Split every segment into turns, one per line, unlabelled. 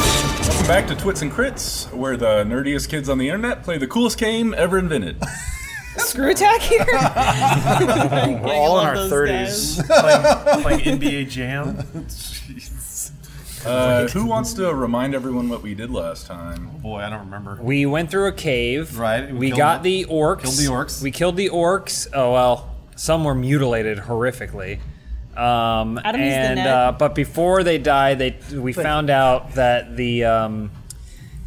Welcome back to Twits and Crits, where the nerdiest kids on the internet play the coolest game ever invented.
Screw attack here.
We're all in
love
our
those
30s playing, playing NBA Jam.
Uh, who wants to remind everyone what we did last time?
Boy, I don't remember.
we went through a cave.
Right, we
We,
killed
got
the-
the orcs.
killed the orcs.
We killed the orcs. Oh well, some were mutilated horrifically. Um,
Adam used the
and
net.
uh, but before they died, they we found out that the um,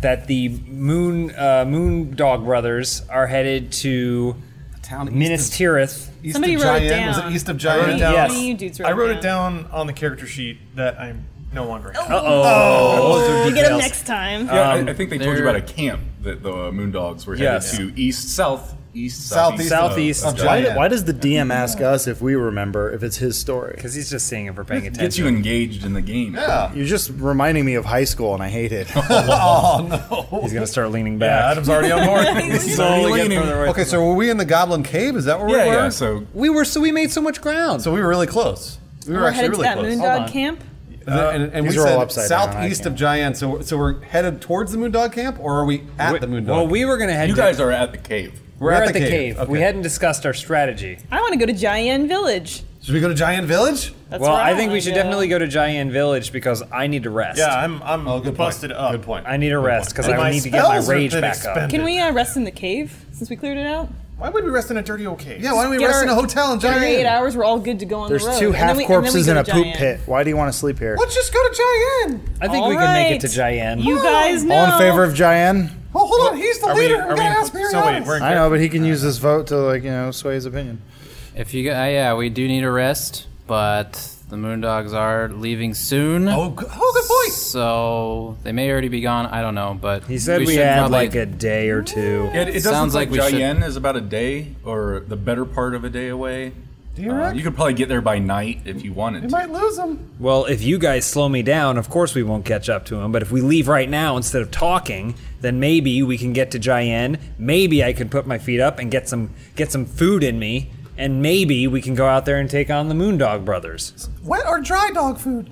that the moon uh, moon dog brothers are headed to
Town
Minas Tirith.
East
Somebody
of
wrote it
Giant. Was
down.
it East of
I
Giant?
wrote it down.
Yes.
What do you dudes
I wrote it
down?
down on the character sheet that I'm no longer. having.
Uh oh.
We'll get them next
Uh,
time.
Yeah, I, I think they told you
there-
about a camp that the uh, Moondogs were headed
Yes.
to east, south, east, Uh,
Southeast of-
Southeast
of
of
Giant.
Giant.
Why does the DM ask us if we remember if it's his story?
Because he's just seeing if we're paying
Gets
attention.
you engaged in the game.
Yeah.
You're just reminding me of high school, and I hate it.
Oh no.
He's gonna start leaning
Yeah,
back.
Adam's already on board.
He's slowly getting
leaning.
further away
Okay,
from
so were we in the Goblin Cave? Is that where
Yeah,
we were?
yeah, so-
we were. So we made so much ground. So we were really close. We were
We're
actually
headed to
really
that Moondog
close.
camp.
and and we
these are all
said
upside down, I
southeast
can't.
of Giant. So so we're headed towards the Moondog Camp, or are we at the Moondog?
Well, we were gonna head.
You
to-
guys are at the cave.
we're,
We're at the cave. We
Okay.
hadn't discussed our strategy.
I want to go to Giant Village.
Should we go to Giant Village?
That's
well,
where
I think
wanna
we should
go.
definitely go to Giant Village because I need to rest.
yeah, I'm I'm
Oh, good point.
busted up.
Good point.
I need a rest because I
My
need to get my
spells have
rage
been
back
expended.
Can we uh, rest in the cave since we cleared it out?
Why would we rest in a dirty old cave?
Yeah, why don't we
Get
rest
our-
in a hotel in
Get our
Giant?
eight hours. We're all good to go on
There's
the road.
two
Oh, And then
half
we- and then we
corpses
go
and a
to
poop
Giant.
pit. Why do you want to sleep here?
Let's just go to Giant.
up. I think
All
we can make
right.
it to Giant.
You guys know.
All in favor of Jayan?
Oh, hold on, he's the
Are we,
leader.
are
we gotta ask
we, so wait,
Marianas.
we're in
I know, but he
Uh.
can use this vote to like you know sway his opinion.
If you, uh, yeah, we do need a rest, but the Moondogs are leaving soon.
Oh, g- oh, good point.
So they may already be gone. I don't know, but
he said we,
should
had
probably-
like a day or two.
It, it does
Sounds
look like,
like we should-
Jayen is about a day or the better part of a day away. Do
uh,
you reckon?
you could probably get there by night if you wanted
We
to.
might lose him.
Well, if you guys slow me down, of course we won't catch up to him. But if we leave right now instead of talking, then maybe we can get to Giant. Maybe I can put my feet up and get some get some food in me, and maybe we can go out there and take on the Moondog Brothers.
Wet or dry dog food?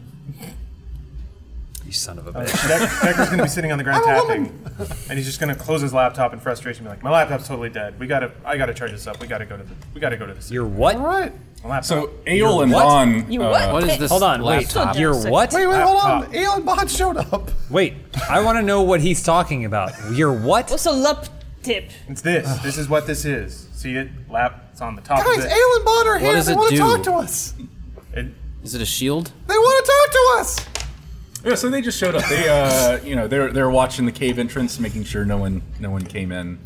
You son of a bitch.
Beck- Becker's gonna be sitting on the ground
I'm a
tapping, and he's just gonna close his laptop in frustration, and be like, "My laptop's totally dead. We gotta, I gotta charge this up. We gotta go to the, we gotta go to the city.
You're what?
All right.
My laptop.
So Aol and
what?
Lon,
You
uh,
Oh, what? Oh,
What is
Okay,
this?
Hold on, wait.
laptop?
You're what?
Wait, wait, hold on.
Laptop.
Elon Bond showed up.
Wait, I want to know what he's talking about. You're what?
What's a lup tip?
it's this. This is what this is. See it? Lap. It's on the top
Guys,
of it.
Elon Bond are here.
does
They
it
want to
do?
talk to us.
It-
Is it a shield?
They want to talk to us.
yeah. So they just showed up. They, uh, you know, they're they're watching the cave entrance, making sure no one no one came in.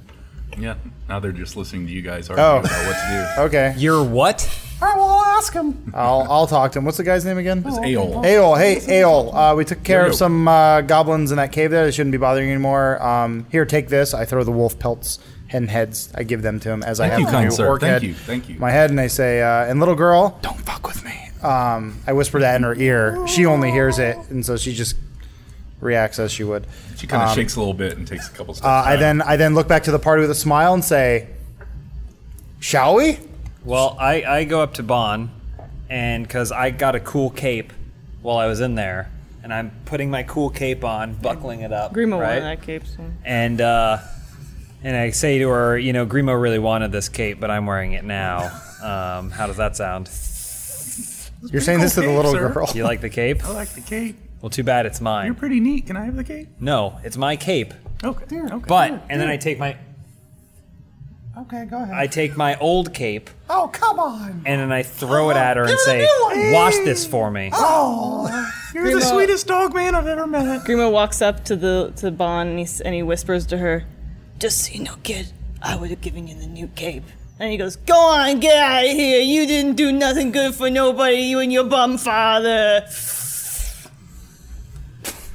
Yeah. Now they're just listening to you guys
Oh.
arguing about what to
Okay,
You're what?
All right, well, I'll ask him.
I'll I'll talk to him. What's the guy's name again?
do.
Oh,
Aol.
Aol, Oh. hey Aol, uh, we took care
Yo, yo.
of some uh, goblins in that cave there. They shouldn't be bothering you anymore. Um, here, take this. I throw the wolf pelts and heads. I give them to him as I have
you,
to
kind
do
sir.
orc
Thank
head.
you, thank you.
My head, and I say, uh, and little girl, don't fuck with me. Um, I whisper that in her ear. She only hears it, and so she just reacts as she would.
She kind of shakes a little bit and takes a couple steps.
Um, Uh, I
back.
then I then look back to the party with a smile and say, "Shall we?"
Well, I, I go up to Bon, and because I got a cool cape while I was in there, and I'm putting my cool cape on, buckling it up.
Grima wore
right?
that cape. So.
and uh, and I say to her, you know, Grimo really wanted this cape, but I'm wearing it now. Um, how does that sound?
You're saying this to the
Okay,
little
sir.
girl.
You like the cape?
I like the cape.
Well, too bad it's
You're
mine.
pretty neat. Can I have the cape?
No, it's my cape.
Okay. okay.
But and then I take my
Okay, go ahead.
I take my old cape
oh, come on.
and then I throw
Oh,
it at her and
Give it a
say,
new one.
"Wash this for me."
Oh,
you're the sweetest dog man I've ever met.
Grima walks up to the to Bon and he, s- and he whispers to her, "Just so you know, kid, I would have given you the new cape." And he goes, "Go on, get out of here. You didn't do nothing good for nobody. You and your bum father."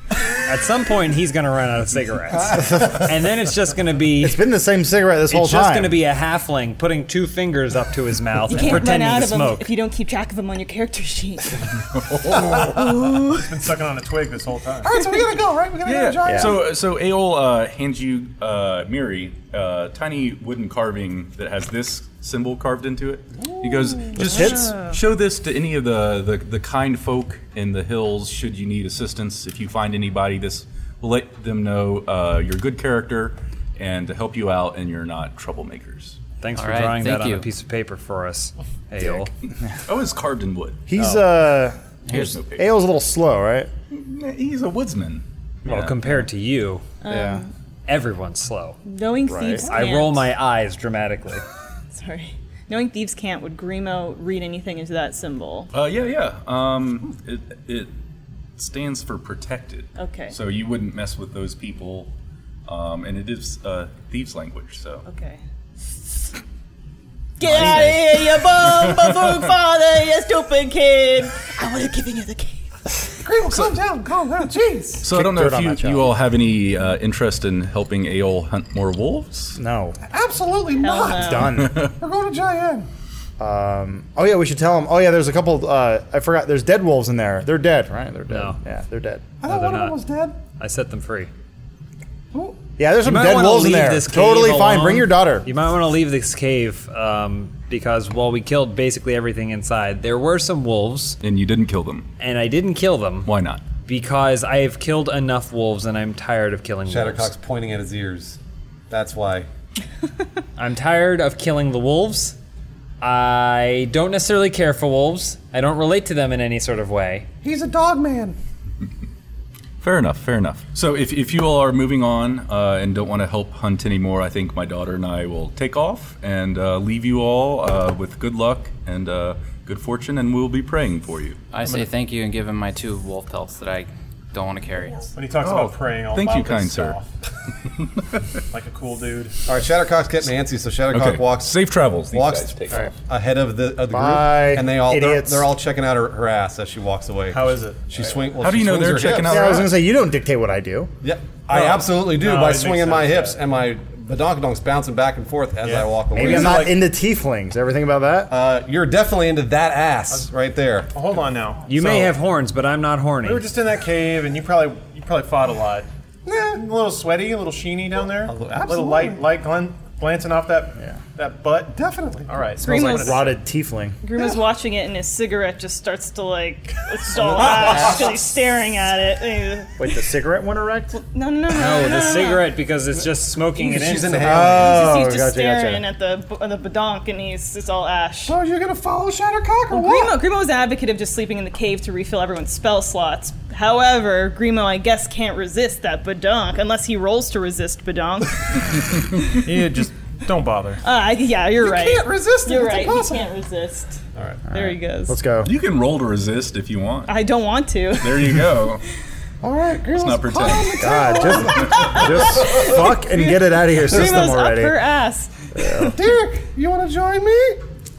At some point, he's going to run out of cigarettes, and then it's just going to be
It's been the same cigarette this whole
it's just
time.
going to be a halfling putting two fingers up to his mouth and pretending to
of them
smoke.
if you don't keep track of them on your character sheet.
It's been sucking on a twig this whole time.
all right, so we gotta go, right? We gotta go
Yeah.
to Giant.
So so Aol uh, hands you uh, Miri a tiny wooden carving that has this symbol carved into it. He goes, just
hits?
show this to any of the, the the kind folk in the hills should you need assistance. If you find anybody, this We'll let them know uh, you're a good character and to help you out, and you're not troublemakers.
Thanks
All
for
right,
drawing that
thank
on
you.
a piece of paper for us, Aol.
Oh, it's carved in wood.
He's uh,
There's no paper.
Ale's a little slow, right?
He's a woodsman.
Well, compared to you,
Um,
yeah.
everyone's slow.
Knowing thieves
I
can't.
roll my eyes dramatically.
Sorry. Knowing thieves can't, would Grimo read anything into that symbol?
Uh, yeah, yeah. Um, it, it stands for protected.
Okay.
So you wouldn't mess with those people, um, and it is uh, thieves' language. So
Okay. Get out of here, you bum, buffoon father, you stupid kid! I would have given you the cave.
calm down, calm down, jeez.
So I don't know
dirt on that
if you,
child.
you all have any uh, interest in helping Aol hunt more wolves.
No.
Absolutely
Hell
not.
no.
Done.
We're going to Giant.
um, oh yeah, we should tell him. Oh yeah, there's a couple. Uh, I forgot. There's dead wolves in there. They're dead, right? They're dead.
No.
Yeah, they're dead.
I thought
they're
one of
not.
them was dead.
I set them free.
Yeah, there's some
might
dead
wanna
wolves in
leave
there.
this cave
totally fine.
alone.
Bring your daughter.
You might want to leave this cave um, because while we killed basically everything inside, there were some wolves,
And you didn't kill them.
and I didn't kill them
Why not?
because I have killed enough wolves, and I'm tired of killing wolves.
Shattercock's pointing at his ears. That's why.
I'm tired of killing the wolves. I don't necessarily care for wolves. I don't relate to them in any sort of way.
He's a dog man.
Fair enough. Fair enough. So if, if you all are moving on uh, and don't want to help hunt anymore, I think my daughter and I will take off and uh, leave you all uh, with good luck and uh, good fortune, and we'll be praying for you.
I say thank you and give him my two wolf pelts that I don't want to carry.
When he talks
Oh,
about praying, I'll
thank you,
mouth
kind
his
sir.
stuff. like a cool dude.
All right, Shattercock's getting antsy, so Shattercock walks
Safe travels. These
walks
guys take off.
ahead of the, of the
Bye,
group, and they all they're,
idiots.
they're all checking out her, her ass as she walks away.
How is it?
She swing. Well,
How do
she
you know
swings
they're
her
checking
hips.
out
yeah, I was
Alright.
gonna say you don't dictate what I do.
Yeah, I absolutely do
No, it
by
makes
swinging
sense,
my hips
yeah.
and my badonkadonks bouncing back and forth as
Yeah.
I walk away.
Maybe I'm
So,
not
like,
into tieflings. Everything about that.
uh, you're definitely into that ass right there.
Well, hold on now.
You may
So-
have horns, but I'm not horny.
We were just in that cave, and you probably you probably fought a lot. Yeah, a little sweaty, a little sheeny down there. A
little-
little
absolutely.
light, light glan- glancing off that that butt.
Definitely.
All right,
Green
smells like
was-
what
Rotted tiefling.
Grima's watching it, and his cigarette just starts to like stall out because he's staring at it.
Wait, the cigarette went erect.
No, no, no, no,
no,
no,
the
no, no.
cigarette because it's just smoking it in.
She's
so-
inhaling.
He's just,
Oh,
he's just
gotcha, gotcha.
staring at the b- the badonk, and he's it's all ash.
Oh, you're gonna follow Shattercock or
Grimo,
what?
Grimo was an advocate of just sleeping in the cave to refill everyone's spell slots. However, Grimo, I guess, can't resist that badonk unless he rolls to resist badonk.
it is. You just don't bother.
uh, yeah, you're right.
can't resist it.
You're
It's
right.
impossible.
He can't resist.
All right.
There he goes.
Let's go.
You can roll to resist if you want.
I don't want to.
There you go.
All right, girls.
not pretend.
calm it down.
God, just, just fuck and get it out of your system
Grimo's up her
already.
ass.
Derek, you want to join me?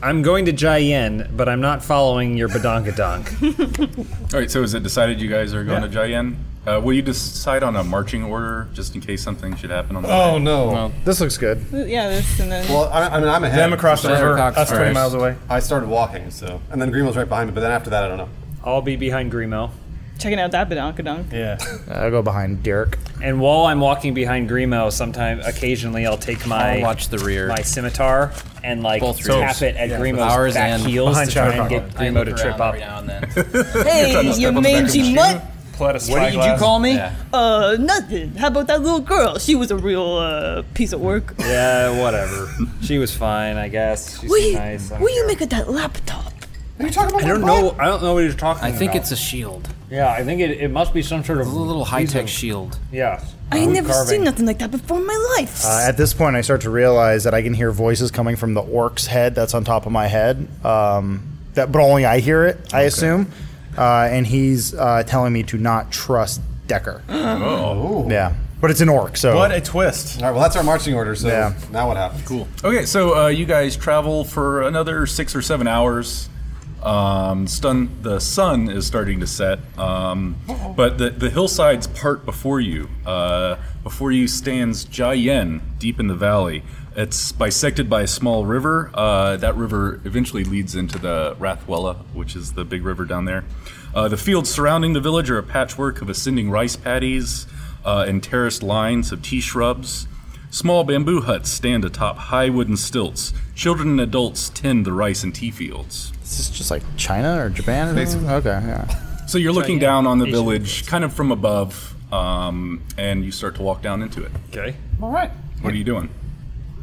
I'm going to Jayen, but I'm not following your badonkadonk.
All right. So is it decided you guys are going to Jayen? Uh, will you decide on a marching order just in case something should happen on the way?
Oh no. Well,
This looks good.
Yeah, this and then.
I, I mean, I'm ahead.
Them across the river,
Shattercock's
us twenty
first.
miles away.
I started walking, so and then Green was right behind me. But then after that, I don't know.
I'll be behind Grimo.
Checking out that badonkadonk.
Yeah.
I'll go behind Derek.
And while I'm walking behind Grimo, sometime occasionally I'll take my
I'll watch the rear.
my scimitar and like
Both
tap
rears.
it at Grimo's
Ours
back
and
heels to
behind
try and
Shattercock.
get
I
Grimo
look
to
around
trip up.
Every now and then.
Hey, you mangy mutt.
Pull out a
what did you
spyglass.
call me?
Uh, nothing. How about that little girl? She was a real uh, piece of work.
Yeah, whatever. she was fine, I guess. She's
Will you,
nice. I
will
don't,
you make it that laptop?
Are you talking about?
I don't know. I don't know what you're talking
I
about.
think it's a shield.
yeah. I think it, it must be some sort of
A little high tech shield.
Yeah.
I ain't never
carving.
seen nothing like that before in my life.
Uh, at this point, I start to realize that I can hear voices coming from the orc's head that's on top of my head. Um, that, but only I hear it, I assume. Uh, and he's uh, telling me to not trust Decker.
Oh.
yeah, but it's an orc, so
What a twist.
All right. Well, that's our marching order. So
Yeah.
now what happens?
Cool. Okay, so uh, you guys travel for another six or seven hours. Um, stun, the sun is starting to set, um, but the, the hillsides part before you. Uh, before you stands Jayen, deep in the valley. It's bisected by a small river. Uh, that river eventually leads into the Rathwella, which is the big river down there. Uh, the fields surrounding the village are a patchwork of ascending rice paddies uh, and terraced lines of tea shrubs. Small bamboo huts stand atop high wooden stilts. Children and adults tend the rice and tea fields.
is this just like China or Japan? Or something? okay, yeah.
So you're looking down on the village, kind of from above, um, and you start to walk down into it.
Okay.
All right.
What are you doing?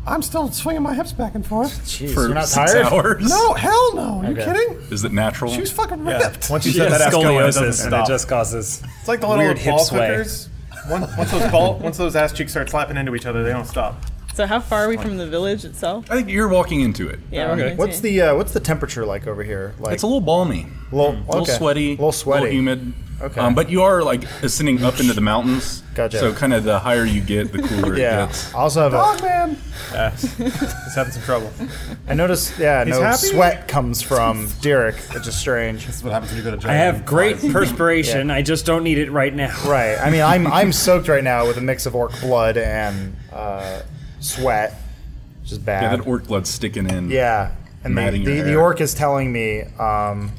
I'm still swinging my hips back and forth.
Jeez,
For
you're not
six
tired?
hours?
No, hell no. Are you kidding?
Is it natural?
She was fucking
Yeah.
ripped.
Once you set
Yeah,
that ass going, it doesn't
scoliosis, and it
stop.
just causes
It's like the little
weird hip
ball
sway.
clickers. Once, once those ball, once those ass cheeks start slapping into each other, they don't stop.
So how far are we from the village itself?
I think you're walking into it.
Yeah. we're gonna
What's
see.
the uh, what's the temperature like over here? Like
It's a little balmy,
a little,
a Mm. little
okay.
sweaty,
a little sweaty.
humid.
Okay.
Um, but you are like ascending up into the mountains.
Gotcha.
So kind of the higher you get, the cooler it
Yeah.
gets.
I also have a.
Dog man.
It's having some trouble.
I noticed. Yeah, no
happy?
sweat comes from Derek, which is strange.
That's what happens when you go to jail.
I have great perspiration. I just don't need it right now.
Right. I mean, I'm I'm soaked right now with a mix of orc blood and uh, sweat, which is bad.
Yeah, that orc blood's sticking in.
Yeah, and the,
Matting your
the, the
hair.
orc is telling me, um,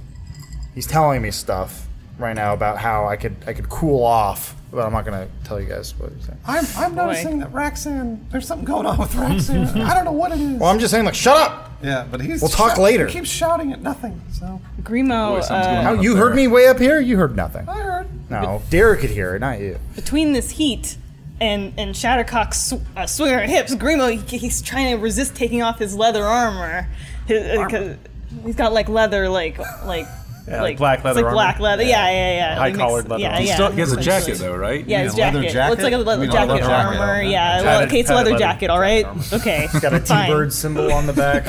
he's telling me stuff right now about how I could I could cool off, but I'm not gonna tell you guys what he's saying.
I'm, I'm noticing that Raxan, there's something going on with Raxan. I don't know what it is.
Well, I'm just saying, like, shut up!
yeah, but he's.
We'll talk
shou-
later.
He keeps shouting at nothing. So
Grimo,
Boy, something's going
uh,
on
Oh,
up
you
there.
heard me way up here. You heard nothing.
I heard.
No, Derek could hear it, not you.
between this heat and and Shattercock sw- uh, swinging her hips, Grimo he, he's trying to resist taking off his leather armor. His- uh, 'cause He's got like leather, like like
like black
it's
leather
like
armor.
black leather. Yeah, yeah, yeah.
High
It makes-
collared leather
Yeah,
armor.
He,
yeah.
still, he has a
essentially.
jacket though, right?
Yeah, his
a leather
jacket.
jacket?
Well, it's like a leather
We don't have
jacket
leather
armor.
armor, no.
Yeah.
Padded-
Well, okay, it's a leather
padded leather
jacket. All right. Okay.
Got a T-bird symbol on the back.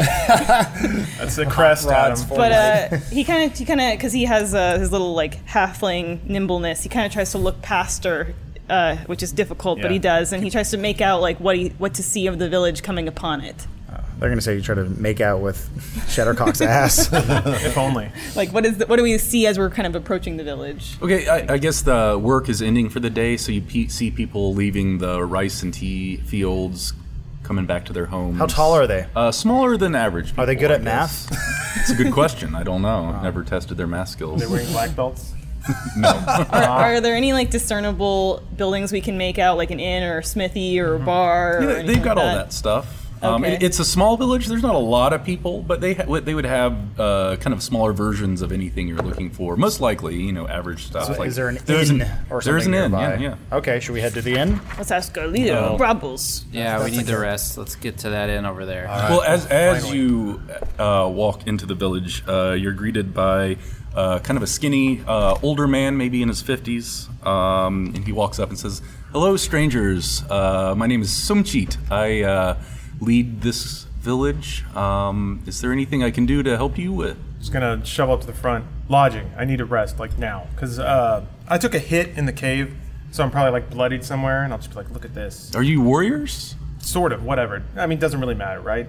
That's the crest, Adam.
Rods for
But
you.
uh, he kind of, he kind of, because he has uh, his little like halfling nimbleness, he kind of tries to look past her, uh, which is difficult, but
Yeah.
he does, and he tries to make out like what he, what to see of the village coming upon it.
They're gonna say you try to make out with Shattercock's ass.
If only.
Like what is, the, what do we see as we're kind of approaching the village?
Okay, I, I guess the work is ending for the day, so you pe- see people leaving the rice and tea fields, coming back to their homes.
How tall are they?
Uh, smaller than average.
Are they
people,
good
I
at
guess.
math?
It's a good question. I don't know. I've never tested their math skills.
They're wearing black belts.
Are,
Uh-huh.
are there any like discernible buildings we can make out, like an inn or a smithy or a bar?
Mm-hmm. Yeah,
or
they-
anything
they've got
like
all that stuff. Um,
Okay.
it- it's a small village. There's not a lot of people, but they ha- what- they would have uh, kind of smaller versions of anything you're looking for. Most likely, you know, average stuff. like
is there an
there's
inn or something
There's an inn.
nearby?
Yeah, yeah.
Okay, should we head to the inn?
Let's ask our leader,
Oh.
Brabbles.
Yeah, we need the rest. Let's get to that inn over there.
Well, as as you uh, walk into the village, uh, you're greeted by uh, kind of a skinny uh, older man, maybe in his fifties, um, and he walks up and says, "Hello, strangers. Uh, my name is Sumchit. I uh, lead this village. Um, is there anything I can do to help you with?"
Just gonna shove up to the front. Lodging. I need a rest, like now, because uh, I took a hit in the cave, so I'm probably like bloodied somewhere, and I'll just be like, look at this.
Are you warriors?
Sort of. Whatever. I mean, doesn't really matter, right?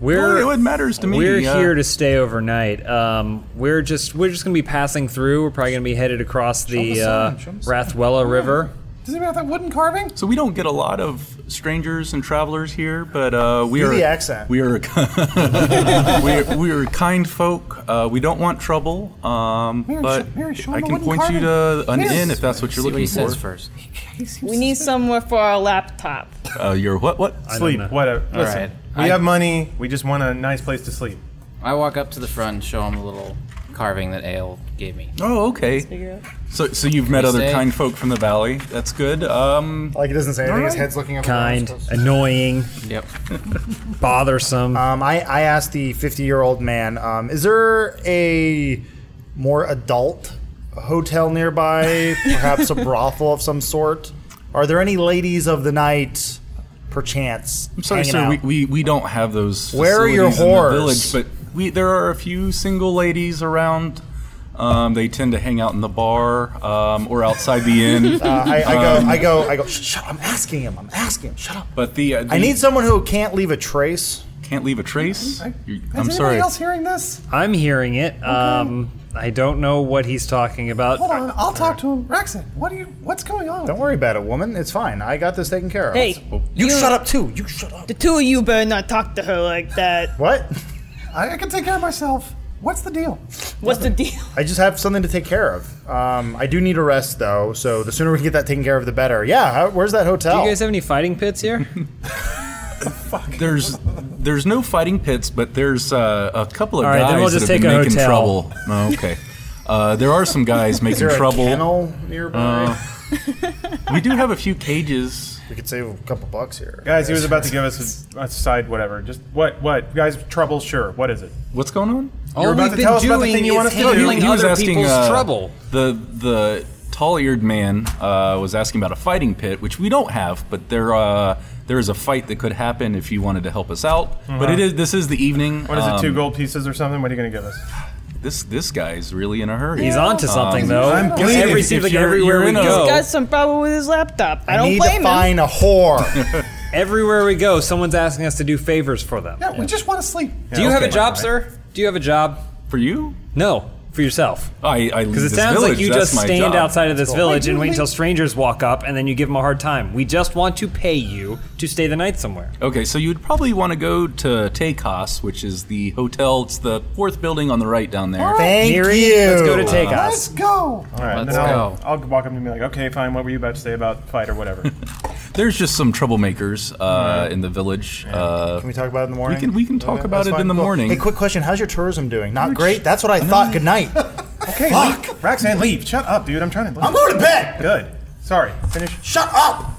We're
Well, it matters to me, uh,
We're
yeah.
here to uh, stay overnight. Um, we're just we're just gonna be passing through. We're probably gonna be headed across the
us
uh,
on, show us
Rathwella River.
Does anybody have that wooden carving?
So we don't get a lot of strangers and travelers here, but uh, we
Do
are
the accent.
We are we are, we are kind folk. Uh, we don't want trouble. Um,
Mary,
but
sh- Mary, show 'em
I
the
can
wooden
point you to an
carving.
inn if that's what you're
See what he
looking
says
for.
first.
We need somewhere for our laptop.
Uh, your what? What?
Sleep.
know.
Whatever.
All
Listen,
right.
we
I-
have money. We just want a nice place to sleep.
I walk up to the front and show him the little carving that Ale gave me.
Oh, okay.
Figure out.
So, so you've met other
say-
kind folk from the valley. That's good. Um,
Like it doesn't say anything. His head's looking up.
Kind, annoying,
Yep.
bothersome.
Um, I, I asked the 50 year old man, um, is there a more adult hotel nearby? Perhaps a brothel of some sort? Are there any ladies of the night, perchance?
I'm sorry,
hanging
sir. We,
out?
we we don't have those.
Where are your
facilities in the
whores?
village, but we there are a few single ladies around. Um, they tend to hang out in the bar um, or outside the inn.
Uh, I, I go, I go, I go, "Shh, shut up. I'm asking him. I'm asking him. Shut up.
But the, uh,
I need someone who can't leave a trace.
can't leave a trace. You-
Is
I'm
anybody
sorry.
else hearing this?
I'm hearing it. Um, I don't know what he's talking about.
Hold on, I'll talk to him. Raxan, what do you? What's going on?
Don't worry about it, woman. It's fine. I got this taken care of.
Hey,
you
you-
shut up too. You shut up.
the two of you better not talk to her like that.
What?
I, I can take care of myself. What's the deal?
What's the deal?
I just have something to take care of. Um, I do need a rest though, so the sooner we can get that taken care of, the better. Yeah, how, where's that hotel?
Do you guys have any fighting pits here?
There's there's no fighting pits, but there's uh, a couple of
All right,
guys
then we'll
that
just
have
take
been
a
making
hotel.
trouble. Oh, okay. Uh, there are some guys
Is
making
there a
trouble.
kennel nearby?
we do have a few cages.
We could save a couple bucks here.
Guys, he was about to give us a, a side whatever. Just what? What? Guys, trouble? Sure. What is it?
What's going on?
All
about
we've
to
been
tell us about the
doing
thing you want
is
us to do.
handling
He was
other
asking,
people's
uh,
trouble.
The the tall-eared man uh, was asking about a fighting pit, which we don't have, but there uh, there is a fight that could happen if you wanted to help us out.
Uh-huh.
But it is this is the evening.
What is it? Two
um,
gold pieces or something? What are you going to give us?
This this guy is really in a hurry. Um,
He's onto something though.
I'm
Because
bleeding.
every
If
seems like
you're-
everywhere
you're
we
in a-
go,
Got some problem with his laptop. I, don't
Need
blame
to
him.
find a whore.
everywhere we go, someone's asking us to do favors for them.
Yeah, we just want to sleep.
Do you have a
okay.
job,
Right.
sir? Do you have a job?
For you?
No, for yourself.
I, I
Because it sounds like you just stand outside of this village and wait until strangers walk up and then you give them a hard time. We just want to pay you to stay the night somewhere.
Okay, so you'd probably want to go to Tekos, which is the hotel. It's the fourth building on the right down there.
Thank you.
Let's go to take us.
Let's go.
All right,
Let's
then I'll,
go.
I'll walk up to him and be like, okay, fine. What were you about to say about fight or whatever?
There's just some troublemakers uh, in the village. Uh,
Can we talk about it in the morning?
can- we can talk about
that's
it in the morning.
Hey, quick question. How's your tourism doing? Not great? That's what I thought. Good night.
okay, Fuck. Roxanne, leave. Shut up, dude. I'm trying to.
I'm going to bed.
Good. Sorry. Finish.
Shut up.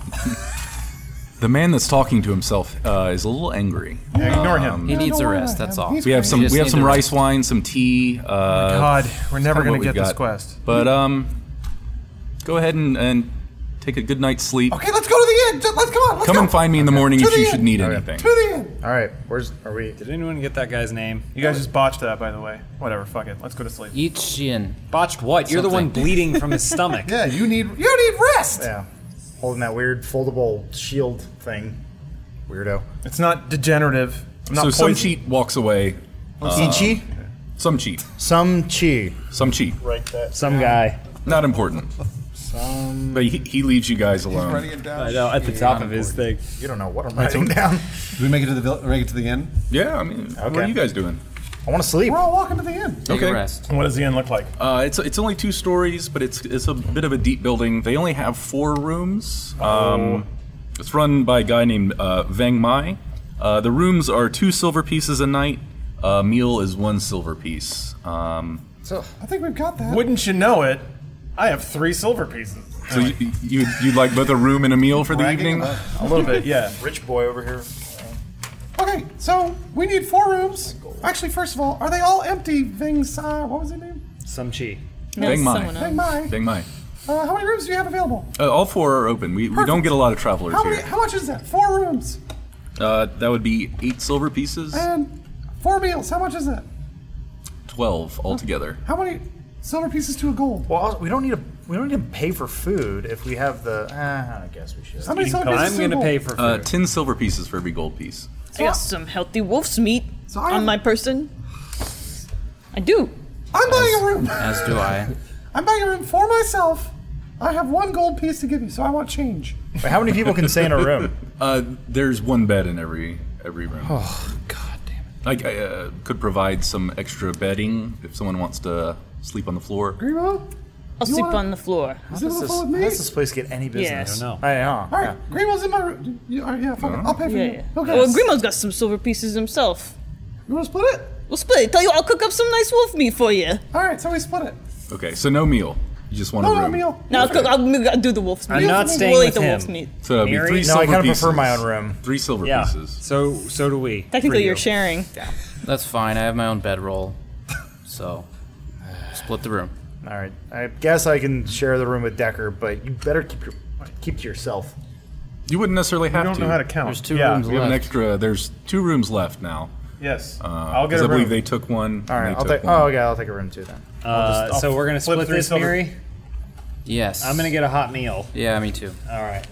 the man that's talking to himself uh, is a little angry.
Yeah, ignore him.
He needs a rest. That's all.
We have some
just
we have
need
some
to-
rice wine, some tea. Uh,
God, we're never
kinda what
going to
we've
get this
got.
quest.
But um, go ahead and, and take a good night's sleep.
Okay, let's go to the inn. Ju- Let's come on. Let's
Come
go.
and find me in the morning
To
if
the
you
end.
should need
Okay.
anything.
to the inn.
All right. Where's are we?
Did anyone get that guy's name?
You guys just botched that, by the way. Whatever. Fuck it. Let's go to sleep.
Ichian.
Botched what? You're the one
Something.
bleeding from his stomach.
Yeah, you need you need rest.
Yeah. Holding that weird foldable shield thing. Weirdo.
It's not degenerative. I'm not
So some
poisoned.
cheat walks away.
Ichi?
Some cheat.
Some chi.
Some cheat.
Right that.
Some guy.
Not important. But he, he leaves you guys alone.
Writing it down.
I know, at the top of his thing.
You don't know what I'm writing down.
Do we make it to the vill- make it to the inn?
Yeah, I mean, what are
Okay.
you guys doing?
I want to sleep.
We're all walking to the inn.
Take
Okay.
a rest.
What does the inn look like?
Uh, it's it's only two stories, but it's it's a bit of a deep building. They only have four rooms.
Oh.
Um, It's run by a guy named uh, Veng Mai. Uh, the rooms are two silver pieces a night. Uh, meal is one silver piece. Um,
I think we've got that.
Wouldn't you know it? I have three silver pieces.
so you, you you'd like both a room and a meal for the evening?
A little bit, yeah.
Rich boy over here.
Okay, so we need four rooms. Actually, first of all, are they all empty? Ving's, uh, what was his name?
Some chi.
No, it's
Bang mine.
someone else.
Ving Mai.
Veng Mai.
Uh, how many rooms do you have available?
Uh, all four are open. We, we don't get a lot of travelers
How many?
here.
How much is that? Four rooms
Uh, that would be eight silver pieces,
and four meals. How much is that?
twelve altogether.
How many silver pieces to a gold?
Well, we don't need to. We don't need to pay for food if we have the. Uh, I guess we should.
How many silver pieces
I'm
to a
gonna
gold?
pay for food.
Uh, ten silver pieces for every gold piece.
I got some healthy wolf's meat
So I-
on my person. I do.
I'm buying a room.
As do I.
I'm buying a room for myself. I have one gold piece to give you, so I want change.
Wait, how many people can stay in a room?
Uh, there's one bed in every every room. Oh god damn it! I, I uh, could provide some extra bedding if someone wants to sleep on the floor.
Greenwell,
I'll sleep
wanna-
on the floor.
is it
How
full of
does
me?
how does this place get any business?
Yes. I
don't
I know.
All right, Greenwell's in my room. You, uh, yeah, fuck it. I'll pay for
Yeah,
you.
yeah.
Okay.
Well, Grimo's got some silver pieces himself.
you want to split it?
We'll split it. Tell you, I'll cook up some nice wolf meat for you.
All right, so we split it.
Okay, so no meal. You just want
No,
a
no
room.
meal.
No, I'll, cook, I'll, I'll do the wolf's meat.
I'm not
We'll
staying
eat
with
the
him.
wolf's meat.
So that'd be
Mary?
three
No,
No,
silver
I kind of
pieces.
prefer my own room.
Three silver
yeah.
pieces.
So so do we.
Technically,
For
you.
you.
are sharing.
That's fine. I have my own bedroll. So, split the room.
All right. I guess I can share the room with Decker, but you better keep your keep to yourself.
You wouldn't necessarily
I
have
don't
to.
know how to count.
There's two
yeah.
rooms
We have an
left.
extra. There's two rooms left now.
Yes.
Uh,
I'll get
'cause
a
I believe
room.
they took one.
All right.
and they
I'll
took
take.
one.
Oh, okay. I'll take a room too then.
Uh,
I'll
so we're gonna
flip
split
three
this,
silver-
Miri.
Yes.
I'm gonna get a hot meal.
Yeah, me too.
All right.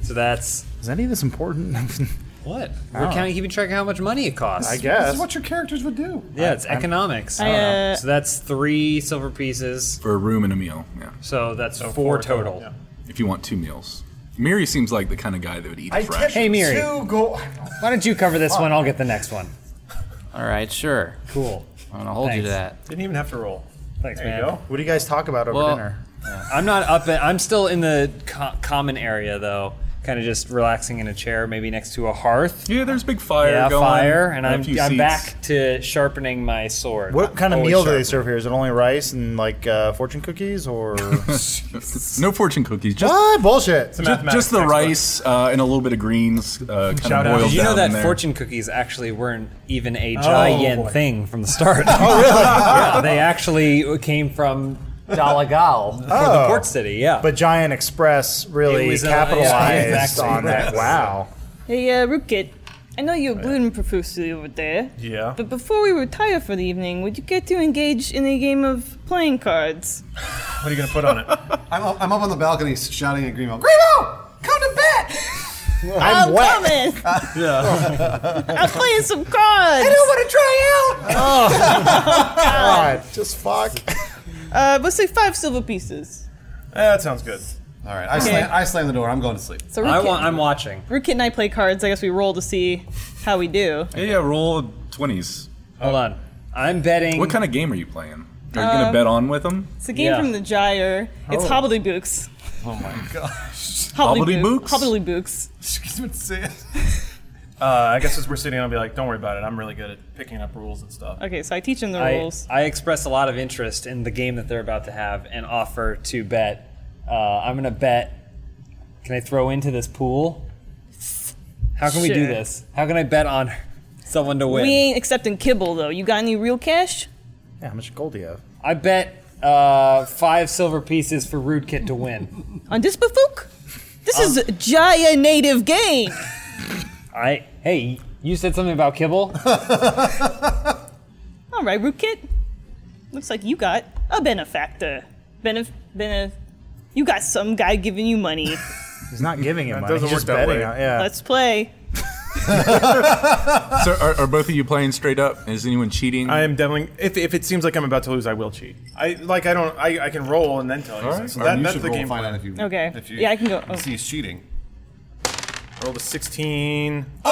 So that's
Is any of this important?
what we're counting, keeping track of how much money it costs.
I
This
guess.
is what your characters would do.
Yeah, it's economics.
I, uh,
so that's three silver pieces.
for a room and a meal. Yeah,
So that's four, total.
yeah.
if you want two meals. Miri seems like the kind of guy that would eat
I
fresh.
tipped
Hey, Miri.
Two gold.
Why don't you cover this one? I'll get the next one.
All right, sure.
Cool.
I'm gonna hold you to that.
Thanks.
Didn't even have to roll.
Thanks,
There
man.
you go.
What do you guys talk about over
Well,
dinner?
I'm not up. At, I'm still in the co- common area though. kind of just relaxing in a chair, maybe next to a hearth.
Yeah, there's big fire
yeah,
going.
fire, and
a
I'm,
few
I'm
seats.
back to sharpening my sword.
What kind of
Always
meal do they
sharpening.
serve here? Is it only rice and like uh, fortune cookies or
No fortune cookies, just
ah, bullshit?
It's a
just,
mathematics
just the
textbook.
rice uh, and a little bit of greens. Uh, kind
Shout out.
of boiled
Did you know
down in
that
there.
fortune cookies actually weren't even a
Oh,
giant
boy.
thing from the start? oh, really? yeah, they actually came from Donegal, from the
Oh.
port city. Yeah,
But Giant Express really
It was, uh, yeah,
capitalized
exactly.
on that. Wow.
Hey, uh, Rootkit, I know you're bleeding profusely over there.
Yeah.
But before we retire for the evening, would you get to engage in a game of playing cards?
What are you gonna put on it? Eh,
I'm up, I'm up on the balcony shouting at Greenwell.
Primo, come to bed.
I'm,
I'm
wet.
coming. I'm playing some cards.
I want to try out.
God, just fuck.
Uh, let's say five silver pieces.
Eh, that sounds good.
All right, I, slam, I slam the door. I'm going to sleep.
So
I
Rootkit,
want, I'm watching.
Rootkit and I play cards. I guess we roll to see how we do.
Yeah, yeah, roll twenties.
Hold on, I'm betting.
What kind of game are you playing? Are you gonna bet on with them?
It's a game
Yeah.
from the Gyre. It's Hobbledybooks.
Oh
Oh my
Hobbledybooks?
gosh. Hobbledybooks.
Uh, I guess as we're sitting, I'll be like, "Don't worry about it. I'm really good at picking up rules and stuff."
Okay, so I teach him the
I,
rules.
I express a lot of interest in the game that they're about to have and offer to bet. Uh, I'm going to bet. Can I throw into this pool? How can we do
Sure.
this? How can I bet on someone to win?
We ain't accepting kibble though. You got any real cash?
Yeah, how much gold do you have?
I bet uh, five silver pieces for Rootkit to win.
On Dispafook? This
Um,
is a Jaya native game.
I hey, you said something about kibble.
All right, Rootkit. Looks like you got a benefactor. Benef, benef. You got some guy giving you money.
He's not giving him money.
doesn't
He's
work
just
that
betting.
way.
on- Yeah.
Let's play.
So are, are both of you playing straight up? Is anyone cheating?
I am definitely. If, if it seems like I'm about to lose, I will cheat. I like. I don't. I, I can roll and then tell you.
All right.
So
All
that,
you
that's
should
the
roll and
game
find
plan.
out if you,
Okay.
if you
Yeah, I can go-
if
oh.
you see he's cheating.
Roll the 16.
No.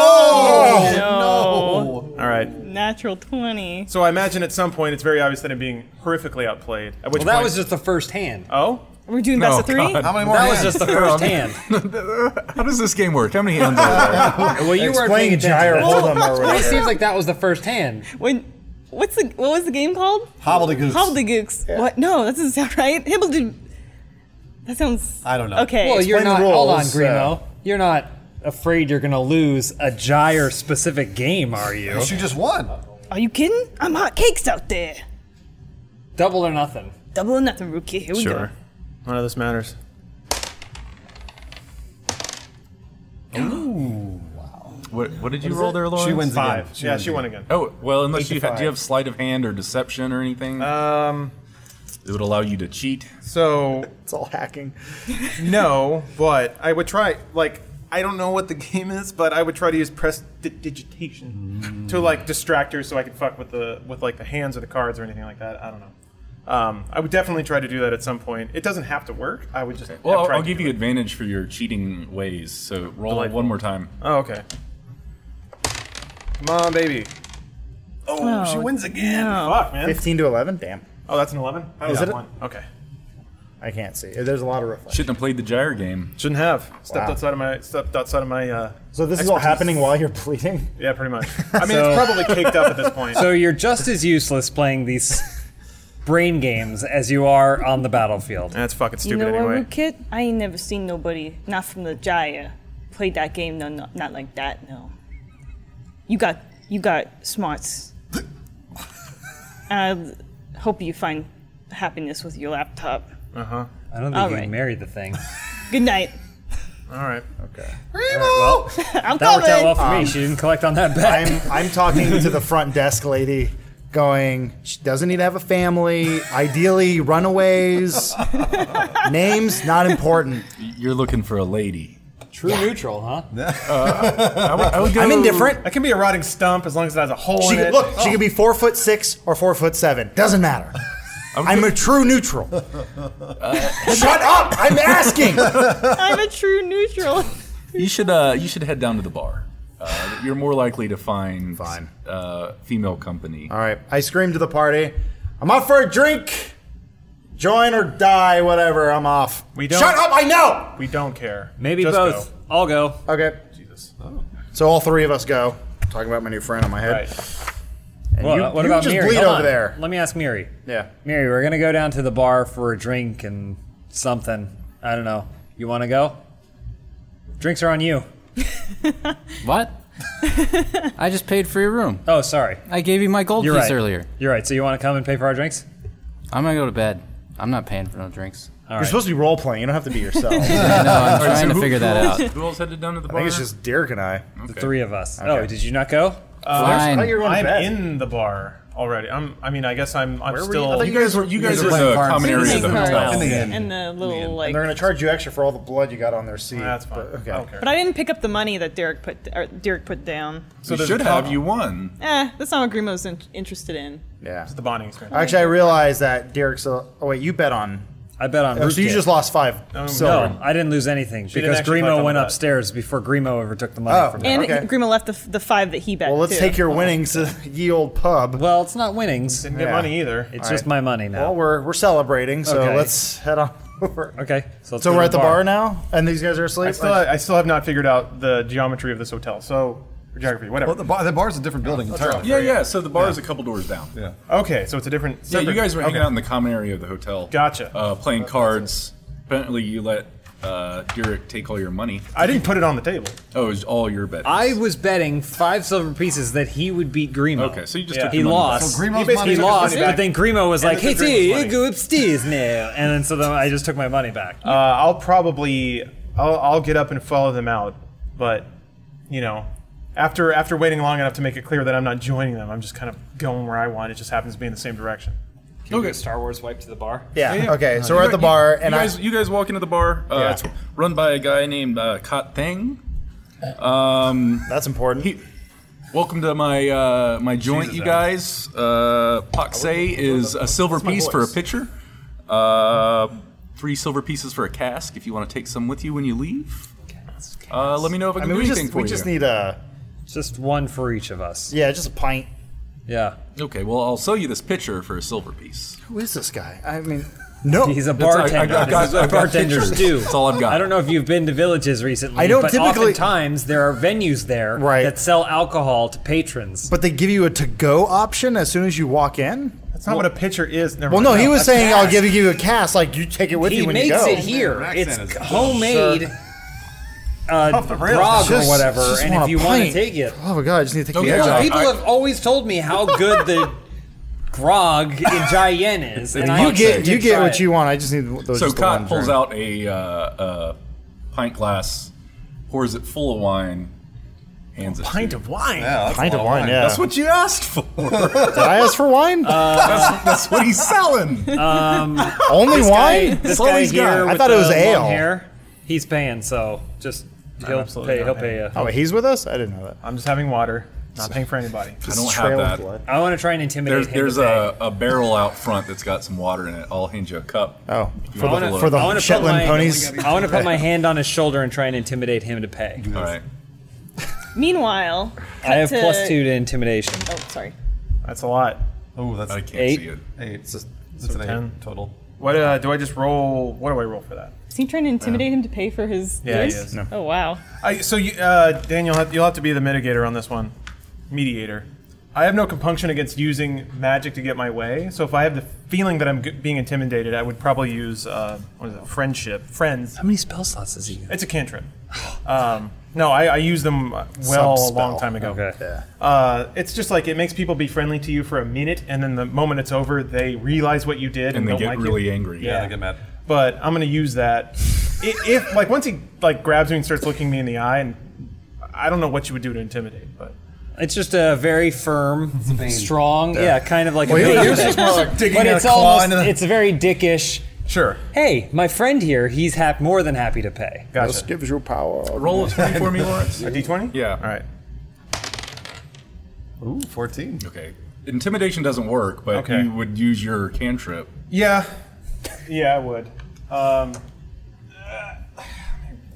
All right.
Natural 20.
So I imagine at some point it's very obvious that I'm being horrifically outplayed. At which
Well, that
point,
was just the first hand.
oh,
We're doing best
Oh,
of three?
God.
How many more?
That was
hands?
just the first hand.
How does this game work? How many hands are there?
Well, you weren't paying
Playing
attention.
Gyro Hold'em or
It
whatever.
seems like that was the first hand.
When, what's the, what was the game called?
Hobbledegoose.
Hobbledygooks. What? No, that doesn't sound right. Hibbledoo. That sounds.
I don't know.
Okay.
Well, you're
Explain
not.
the
hold on,
rules,
Grimo. You're not afraid you're going to lose a Gyre specific game, are you?
She just won.
Are you kidding? I'm hot cakes out there.
Double or nothing.
Double or nothing, Rookie. Here we
sure. None of this matters.
What, what did you roll there, Lauren?
She wins
Five.
again.
yeah,
wins
she won again.
Oh well, unless you
to
ha- do you
five.
have sleight of hand or deception or anything,
Um.
it would allow you to cheat.
So
It's all hacking.
no, but I would try. Like I don't know what the game is, but I would try to use prestidigitation to like distract her, so I could fuck with the with like the hands or the cards or anything like that. I don't know. Um, I would definitely try to do that at some point. It doesn't have to work. I would just.
Well,
have
I'll,
tried
I'll
to
give
do
you
it.
advantage for your cheating ways. So roll
Delightful.
one more time.
Oh, okay. Come on, baby. Oh, she wins again. Fuck, man.
15 to 11? Damn.
Oh, that's an 11? I
Is
got
it a-
one. Okay.
I can't see. There's a lot of reflection.
Shouldn't have played the gyre game.
Shouldn't have. Stepped
Wow.
outside of my stepped outside of my uh
So this is all
expertise.
happening while you're bleeding?
Yeah, pretty much. I mean, it's probably caked up at this point.
So you're just as useless playing these brain games as you are on the battlefield.
That's fucking
You
stupid
know
anyway.
what, Rootkit? I ain't never seen nobody, not from the Jaya, play that game. No, no, not like that. No. You got, you got smarts. and I hope you find happiness with your laptop.
I don't think
All
you
right.
can marry the thing.
Good night.
All right.
I'm
That worked out
coming.
well for
Um,
me. She didn't collect on that bet.
I'm I'm talking to the front desk lady, going, she doesn't need to have a family. Ideally, runaways. Names not important.
You're looking for a lady.
True neutral, huh?
I'm indifferent.
That can be a rotting stump as long as it has a hole
She
in
could,
it.
look, she could be four foot six or four foot seven. Doesn't matter. I'm a true neutral. Shut up! I'm asking.
I'm a true neutral.
You should uh, you should head down to the bar. Uh, you're more likely to find
Fine.
Uh, female company.
All right, I scream to the party. I'm off for a drink. Join or die, whatever. I'm off.
We don't-
Shut up! I know.
We don't care.
Maybe
Just
both.
go.
I'll go.
Okay. Jesus. Oh. So all three of us go. Talking about my new friend on my head. And
Well,
you,
what
you
about
just
Miri?
bleed
Hold
over
on.
there.
Let me ask Miri.
Yeah.
Mary, we're gonna go down to the bar for a drink and something. I don't know. You want to go? Drinks are on you.
What? I just paid for your room.
Oh, sorry.
I gave you my gold
You're
piece
right.
earlier.
You're right. So you want to come and pay for our drinks?
I'm gonna go to bed. I'm not paying for no drinks.
You're supposed to be role playing. You don't have to be yourself. I
I know. I'm
All right, so
trying to
who-
figure
who
that
else-
out.
Who else headed down to the bar?
think it's just Derek and I.
The three of us. Oh, did you not go?
uh,
Fine.
you were going to
I'm
bed.
in the bar already. I'm. I mean, I guess I'm. I'm
Where were you? I
still.
thought
You guys were you guys were in
playing
the
cards.
common area of the
Playing cards
hotel.
In the end.
and the little like.
And they're going to charge you extra for all the blood you got on their seat.
That's fine.
But, okay.
I don't care.
But I didn't pick up the money that Derek put or Derek put down.
So
there's
should
a
have
cutoff.
you won.
Eh, that's not what Grimo's in- interested in.
Yeah.
the bonding experience.
Actually, I realized that Derek's. A, oh wait, you bet on.
I bet on.
Oh, so you
Rootkit.
just lost five. silver.
No, I didn't lose anything
didn't
because
actually collect
Grimo
all
went
of that.
upstairs before Grimo ever took the money
Oh.
from me.
And
Okay.
Grimo left the, f- the five that he bet.
Well, let's
too.
take your winnings to ye old pub.
Well, it's not winnings. It's
Didn't get
Yeah.
money either.
just my money now.
Well, we're we're celebrating, so
Okay.
let's head on over.
okay. So, let's
So
go
we're
to
at the bar now, and these guys are asleep.
I still. I still have not figured out the geometry of this hotel. So or geography, whatever.
Well, the, bar, the bar's a different building entirely.
Yeah, yeah. So the bar is a couple doors down. Yeah,
okay, so it's a different.
you
separate-
guys were hanging
okay.
out in the common area of the hotel.
Gotcha.
Uh, playing cards. Apparently, you let uh, Derek take all your money.
I didn't put it on the table.
Oh, it was all your bet.
I was betting five silver pieces that he would beat Grimo.
okay. So you just
Yeah.
took
He
your money back.
lost.
So Grimo's
Oh,
he basically
money took his
lost,
money back.
but then Grimo was like,
took
"Hey,
Grimo's
T,
money.
you go upstairs now," and then so then I just took my money back.
Uh, I'll probably. I'll, I'll get up and follow them out, but you know. After, after waiting long enough to make it clear that I'm not joining them, I'm just kind of going where I want. It just happens to be in the same direction.
Okay.
Star Wars wipe to the bar.
yeah. Okay.
Uh,
So we're at the bar, and
Uh, you
I,
guys, you guys walk into the bar. Uh,
Yeah.
It's run by a guy named uh, Kot Thang. Um,
that's important.
he, welcome to my uh, my joint,
Jesus,
you
Adam.
guys. Uh, Poxay is a silver piece for a
voice?
pitcher. Uh, three silver pieces for a cask. If you want to take some with you when you leave. Uh, let me know if I
I
can
mean,
do
we
anything
just
for
we
you.
just need a
Just one for each of us.
yeah, just a pint.
Yeah,
okay, well, I'll sell you this pitcher for a silver piece.
Who is this guy? I mean, no,
he's a
That's- I- I
bartender.
got-
This is
I
what
got
bartenders
pictures.
do.
That's all I've got.
I don't know if you've been to villages recently.
I don't
but
typically-
Oftentimes there are venues there
Right.
that sell alcohol to patrons.
but they give you a to-go option as soon as you walk in.
That's not what a pitcher is. Never
Well,
mind.
no, he was
that's
saying
gas.
I'll give you a cast. Like you take it with
he
you when you
makes
go.
it here.
Man, your
it's
accent is
homemade. Uh,
the rails.
grog
Just-
or whatever,
just
and if
want a
you want to
pint.
take it,
Oh my god, I just need to take
Okay,
the edge
well,
off.
People
I-
have always told me how good the grog in Jayen is. and I
You
need
get
to
you get
try
what
it.
you want. I just need those.
So
just the
Cot
one
pulls
drink.
out a uh, uh, pint glass, pours it full of wine, hands it. to
pint
you.
of wine.
Yeah,
pint of wine. Yeah,
That's what you asked for.
Did I ask for wine.
that's, that's what he's selling.
Only
Hey,
wine.
this
all
guy
he's got.
here
I
with
thought it was
the
ale.
long hair, he's paying, so just he'll
absolutely
pay.
not
He'll
paying.
pay. Uh,
Oh, wait, he's with us. I didn't know that.
I'm just having water, not paying for anybody.
I don't have
Trail of
that.
blood.
I want to try and intimidate
There's
him.
there's
to pay.
a, a barrel out front that's got some water in it. I'll hand you a cup.
Oh,
You
for
want to
wanna-
the
look?
for
I wanna
the
put
Shetland
my-
ponies.
I want to put my hand on his shoulder and try and intimidate him to pay.
All right.
Meanwhile,
I have
to-
plus two to intimidation.
oh sorry,
That's a lot.
Oh, that's
I can't
Eight.
see it.
eight. It's, just, it's an
ten.
eight total.
What uh, do I just roll? What do I roll for that?
is he trying to intimidate him to pay for his?
Yeah, he
list?
is. No.
Oh wow.
I, so you, uh, Daniel, have- you'll have to be the mitigator on this one. Mediator. I have no compunction against using magic to get my way. So if I have the feeling that I'm g- being intimidated, I would probably use uh, what is it? Friendship, friends.
How many spell slots does he get?
It's a cantrip. Um, no, I, I used them uh, well a long
Sub-spell.
time ago.
Okay.
Uh, it's just like it makes people be friendly to you for a minute, and then the moment it's over, they realize what you did and,
And they
don't
get
like
really
you.
angry.
Yeah.
I get mad.
But I'm gonna use that. I- if like once he like grabs me and starts looking me in the eye, and I don't know what you would do to intimidate, but
It's just a very firm, strong, yeah, kind of like a
Well,
bait.
yours was more like
digging
but
in a
it's
claw
almost,
into the-
it's very dickish.
sure.
Hey, my friend here, he's hap- more than happy to pay.
This
Gotcha.
gives you power.
Roll a twenty for me, Lawrence.
A D20.
Yeah.
All right.
Ooh, 14.
Okay. Intimidation doesn't work, but
Okay.
you would use your cantrip.
Yeah. Yeah, I would. Um,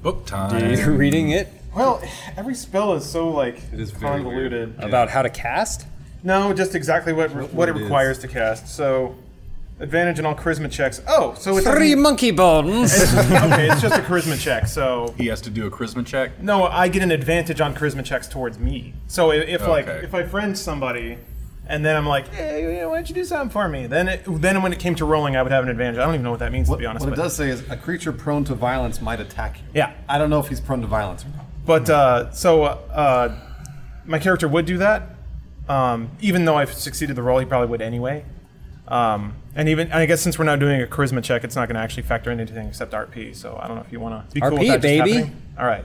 Book time.
You're reading it
well, every spell is so like it
is very weird.
convoluted.
about how to cast?
No, just exactly what what,
what
it
it is.
requires to cast. So Advantage on all charisma checks. Oh, so it's
Three monkey bones.
okay, it's just a charisma check. So
He has to do a charisma check.
no, I get an advantage on charisma checks towards me. So i- if, like
Okay.
if I friend somebody, and then I'm like, hey, yeah, why don't you do something for me? Then it, then when it came to rolling, I would have an advantage. I don't even know what that means to be honest.
What it
but-
does say is a creature prone to violence might attack you.
Yeah.
I don't know if he's prone to violence or not.
But uh, so uh, my character would do that, um, even though I've succeeded the role, he probably would anyway. Um, and even and I guess since we're now doing a charisma check, it's not going to actually factor in anything except RP. So I don't know if you want to be cool with
RP,
that just
baby.
happening. All right.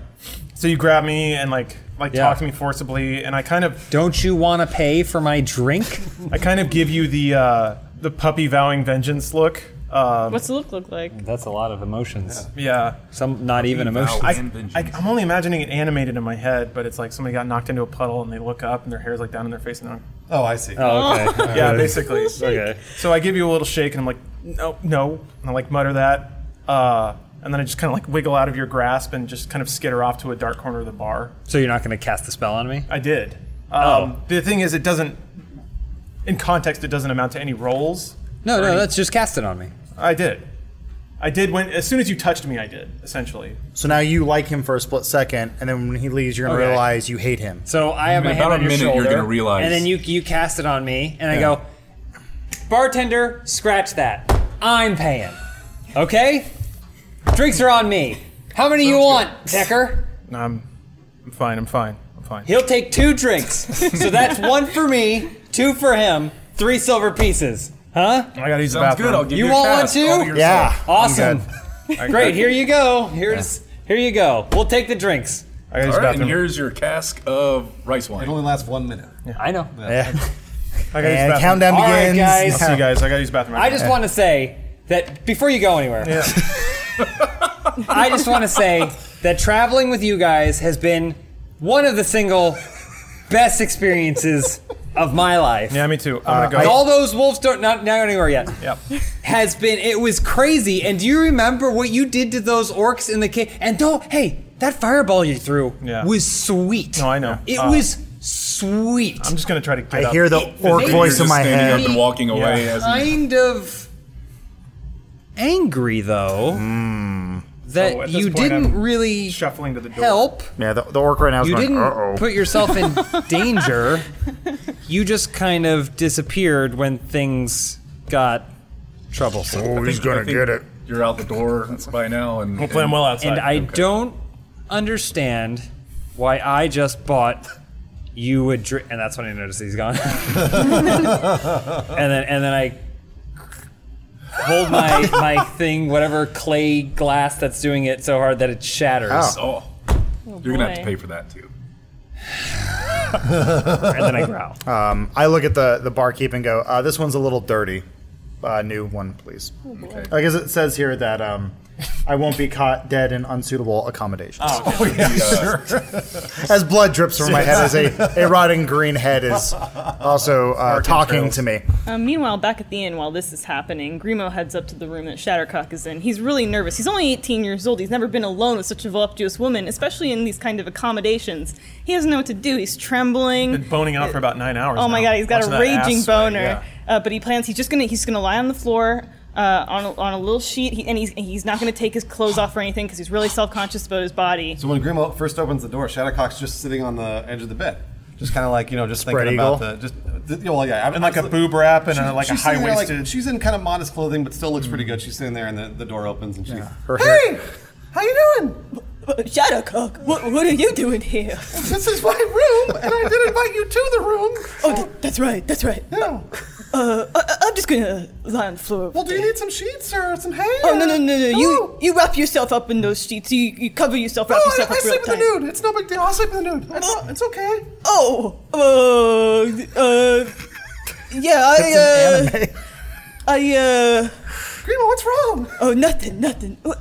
So you grab me and like like
Yeah.
talk to me forcibly, and I kind of
Don't you want to pay for my drink?
I kind of give you the uh, the puppy vowing vengeance look. Um,
What's the look look like?
That's a lot of emotions.
yeah.
Some not even emotions.
I,
And
I,
vengeance.
I'm only imagining it animated in my head, but it's like somebody got knocked into a puddle and they look up and their hair's like down in their face and they're like,
Oh, I see.
Oh, okay.
yeah, basically.
okay.
So I give you a little shake, and I'm like, no, no, and I like mutter that, uh, and then I just kind of like wiggle out of your grasp and just kind of skitter off to a dark corner of the bar.
So you're not going to cast the spell on me?
I did. Um,
Oh.
The thing is, it doesn't. In context, it doesn't amount to any rolls.
No, no, that's just cast it on me.
I did. I did when as soon as you touched me, I did essentially.
So now you like him for a split second, and then when he leaves, you're gonna
Okay.
realize you hate him.
So I have
In
my hand
about
on
a
your
minute, you're
shoulder,
gonna realize.
and then you you cast it on me, and I go, bartender, scratch that. I'm paying. Okay, drinks are on me. How many you want, Decker?
No, I'm, I'm fine. I'm fine. I'm fine.
He'll take two drinks, so that's one for me, two for him, three silver pieces. Huh?
I gotta use the
Sounds
bathroom.
good. I'll give
You
you,
want
a
one
task
too?
all to yourself.
Yeah.
Awesome. Great. Here you go. Here's here you go. We'll take the drinks.
I gotta use
All
the
right, and
bathroom.
here's your cask of rice
It
wine.
only lasts one minute.
I know.
Yeah.
I gotta use the
and
bathroom.
countdown
All right,
begins.
guys.
I'll see you guys. I gotta use the bathroom.
I just want to say that before you go anywhere, I just want to say that traveling with you guys has been one of the single best experiences of my life.
Yeah, me too. I'm
And
gonna go.
all those wolves don't not, not anywhere yet.
Yep.
Has been it was crazy. And do you remember what you did to those orcs in the cave? And don't hey, that fireball you threw
Yeah.
was sweet.
No, I know.
It
Uh,
was sweet.
I'm just gonna try to get
I
up.
hear the
Maybe
orc
You're
voice
just
in my
standing
head.
up and walking away as he-
kind of angry though that
Oh, at this
you
point,
didn't
I'm
really
shuffling to the door.
help.
Yeah, the, the orc right now is
You
going.
didn't
Uh oh.
put yourself in danger. You just kind of disappeared when things got troublesome.
Oh, he's
I think You're out the door by now, and
We'll play him well outside.
And I don't understand why I just bought you a drink, and that's when I noticed he's gone. and then and then I hold my my thing, whatever clay glass that's doing it so hard that it shatters,
Oh.
Oh, you're gonna have to
boy.
pay for that too.
and then I growl.
Oh.
Um, I look at the the barkeep and go, uh, "This one's a little dirty. Uh, new one, please."
Okay.
I guess it says here that um, I won't be caught dead in unsuitable accommodations.
Oh.
uh,
As blood drips from my head, as a, a rotting green head is also uh, talking to me.
Um, meanwhile, back at the inn, while this is happening, Grimo heads up to the room that Shattercock is in. He's really nervous. He's only 18 years old. He's never been alone with such a voluptuous woman, especially in these kind of accommodations. He doesn't know what to do. He's trembling.
been boning out for about nine hours.
Oh my
now.
god, he's got
Watching
a
that
raging
ass sweat,
boner.
yeah.
uh, but he plans. He's just gonna. He's gonna lie on the floor uh, on a, on a little sheet, he, and he's and he's not gonna take his clothes off or anything because he's really self conscious about his body.
So when Grimo first opens the door, Shadowcock's just sitting on the edge of the bed, just kind of like you know, just
Spread
thinking
eagle?
about the just th- you know, well, yeah, I'm-
And like a
I'm-
boob wrap and a, like a
she's sitting
high
there, like,
waisted.
she's in kind of modest clothing, but still looks pretty good. She's sitting there, and the, the door opens, and she.
Her hair.
How you doing?
Shadowcock, what what are you doing here?
This is my room, and I did invite you to the room.
Oh, th- that's right, that's right.
Yeah.
Uh, I, I'm just gonna lie on the floor.
Well, do you need some sheets or some hay?
Oh no no no no! You
No.
you wrap yourself up in those sheets. You, you cover yourself. Wrap
No, I,
yourself
Oh, I
up real
sleep in
tight.
the nude. It's no big deal. I'll sleep in the nude. It's, not- it's okay.
Oh, uh, uh, yeah, I, uh, I, uh,
Grima, what's wrong?
oh, nothing, nothing. Wha-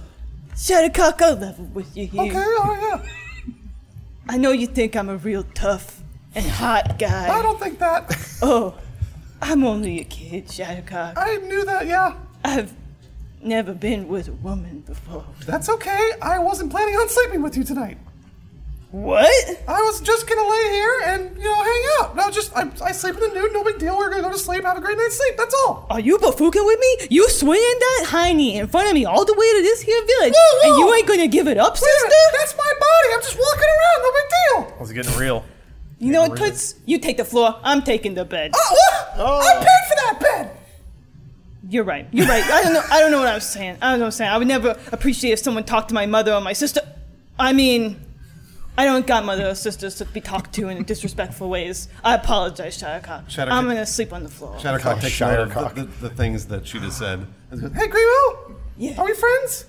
Shadowcock, I'll level with you here.
Okay, all right, yeah.
I know you think I'm a real tough and hot
I
guy.
don't think that.
Oh, I'm only a kid, Shadowcock.
I knew that, yeah.
I've never been with a woman before.
That's okay. I wasn't planning on sleeping with you tonight.
What?
I was just gonna lay here and you know hang out. No, just I, I sleep in the nude. No big deal. We're gonna go to sleep, have a great night's sleep. That's all.
Are you bafuka with me? You swinging that hiney in front of me all the way to this here village,
Whoa,
and
whoa.
you ain't gonna give it up, sister?
That's my body. I'm just walking around. No big deal.
It's getting real.
You know what, Toots? You take the floor. I'm taking the bed.
Oh, what? I paid for that bed.
You're right. You're right. I don't know. I don't know what I was saying. I don't know what I'm saying. I would never appreciate if someone talked to my mother or my sister. I mean, I don't got mother or sisters to be talked to in disrespectful ways. I apologize, Shattercock.
Shattercock-
I'm gonna sleep on the floor.
Shattercock takes note of
Shirecock.
the, the, the things that she just said. And goes,
Hey, Grimo.
Yeah.
Are we friends?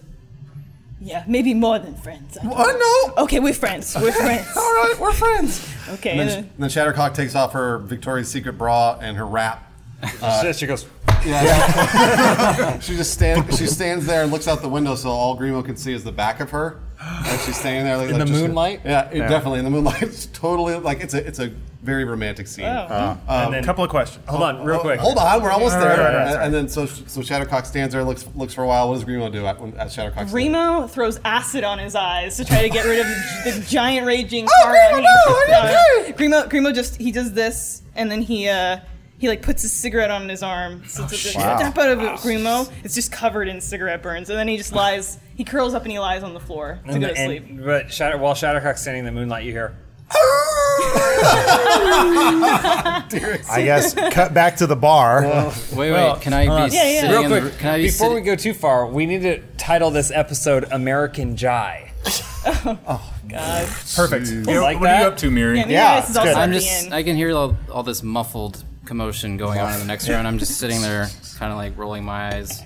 yeah, maybe more than friends.
Oh no.
Okay, we're friends. We're friends.
all right, we're friends.
Okay.
And
and
then,
then-
and then Shattercock takes off her Victoria's Secret bra and her wrap.
she goes,
She just stand, she stands there and looks out the window, so all Grimo can see is the back of her. And she's standing there like,
In
like,
the
just-
moonlight?
yeah, it- definitely in the moonlight. It's totally like it's a it's a very romantic scene.
and then,
Couple of questions.
hold on, real
Oh,
quick.
Hold on, we're almost there.
right, right, right,
and, and then so so Shattercock stands there, looks looks for a while. What does Grimo do at, when- at Shattercock's
Remo throws acid on his eyes to try to get rid of the the giant raging.
Oh,
aura
Grimo,
he-
no, are you
Uh, Grimo, Grimo just he does this and then he uh he like puts his cigarette on his arm.
Oh,
So it's a
Wow.
step out of it, Grimo. It's just covered in cigarette burns, and then he just lies. He curls up and he lies on the floor to
And
go
the-
to
and-
sleep.
but Shatter, while Shattercock's standing in the moonlight, you hear,
I guess cut back to the bar.
Wait, wait. can I be
Yeah, yeah.
sitting
Real
in
real
the,
quick,
Can I be
before we
sitting-
go too far, we need to title this episode American Jai.
Oh,
Perfect.
You know,
Like
what are
that?
you up to, Miri?
And
Yeah,
yeah, this
it's
is also
good.
at
I'm
the
just.
end.
I can hear all, all this muffled commotion going on in the next room. and I'm just sitting there, kind of like rolling my eyes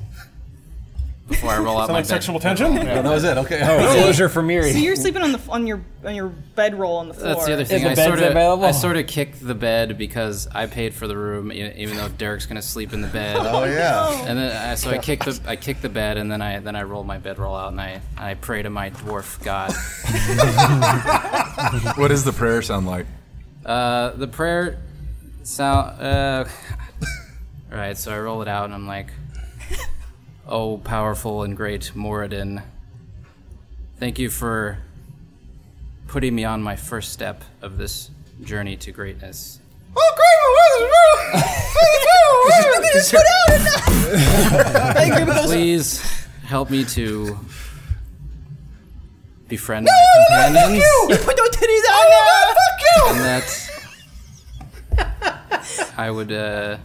before I roll out my
Like
bed.
sexual tension?
Yeah, that was it. Okay.
Oh, Closure for Miri.
so you're sleeping on the on your on your bedroll on the floor.
That's the other thing.
the
I
bed's
sort of
available.
I sort of kicked the bed because I paid for the room, e- even though Derek's gonna sleep in the bed.
Oh yeah.
And then I, so I kicked the I kicked the bed, and then I then I rolled my bedroll out, and I I pray to my dwarf god.
What does the prayer sound like?
Uh, the prayer sound. Uh, all right, so I roll it out, and I'm like, "Oh, powerful and great Moradin, thank you for putting me on my first step of this journey to greatness."
Oh, Grimo, what is wrong? What is wrong?
Please help me to befriend my companions.
Put those titties out now.
and that I would uh,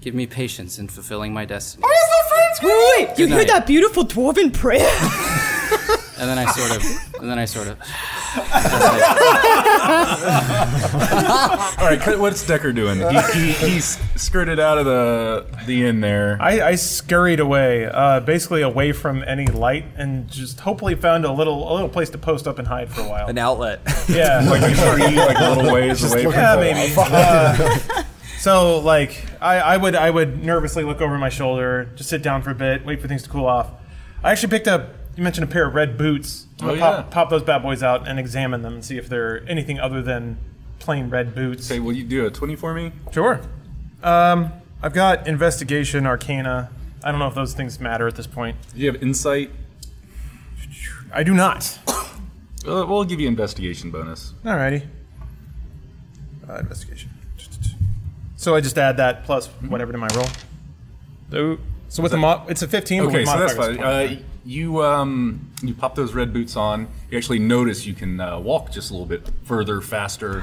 give me patience in fulfilling my destiny.
Wait, wait, you hear
night.
that beautiful dwarven prayer?
And then I sort of, and then I sort of.
All right, cut- what's Decker doing? He, he, he s- skirted out of the the inn there.
I, I scurried away, uh, basically away from any light, and just hopefully found a little a little place to post up and hide for a while.
An outlet.
yeah,
like a tree, like a little ways away. From
yeah, maybe. Uh, so like, I, I would I would nervously look over my shoulder, just sit down for a bit, wait for things to cool off. I actually picked up. You mentioned a pair of red boots. I'm
Oh,
gonna
yeah.
pop, pop those bad boys out and examine them and see if they're anything other than plain red boots.
Hey, will you do a twenty for me?
Sure. Um, I've got investigation, arcana. I don't know if those things matter at this point.
Do you have insight?
I do not.
Uh, we'll give you investigation bonus.
Alrighty. Uh, investigation. So I just add that plus whatever to my roll. So- So with a mod, it's a 15. but
Okay,
with
so that's
modifiers,
fine. Uh, you um, you pop those red boots on. You actually notice you can uh, walk just a little bit further, faster,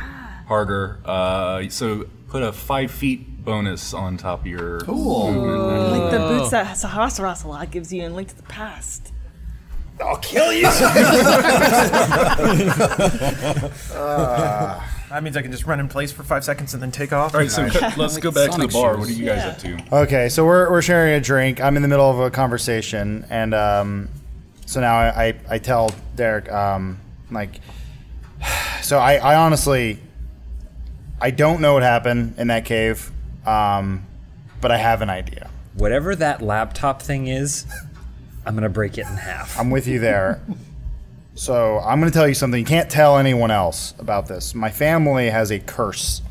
harder. Uh, so put a five feet bonus on top of your cool.
Like the boots that Sahas Rasalat gives you in Link to the Past.
That means I can just run in place for five seconds and then take off.
All right, so cut- let's go back to the
Sonic
bar.
shoes.
What are you guys up to?
Okay, so we're, we're sharing a drink. I'm in the middle of a conversation, and um, so now I, I, I tell Derek, um, like, so I, I honestly, I don't know what happened in that cave, um, but I have an idea.
Whatever that laptop thing is, I'm going to break it in half.
I'm with you there. so I'm going to tell you something. You can't tell anyone else about this. My family has a curse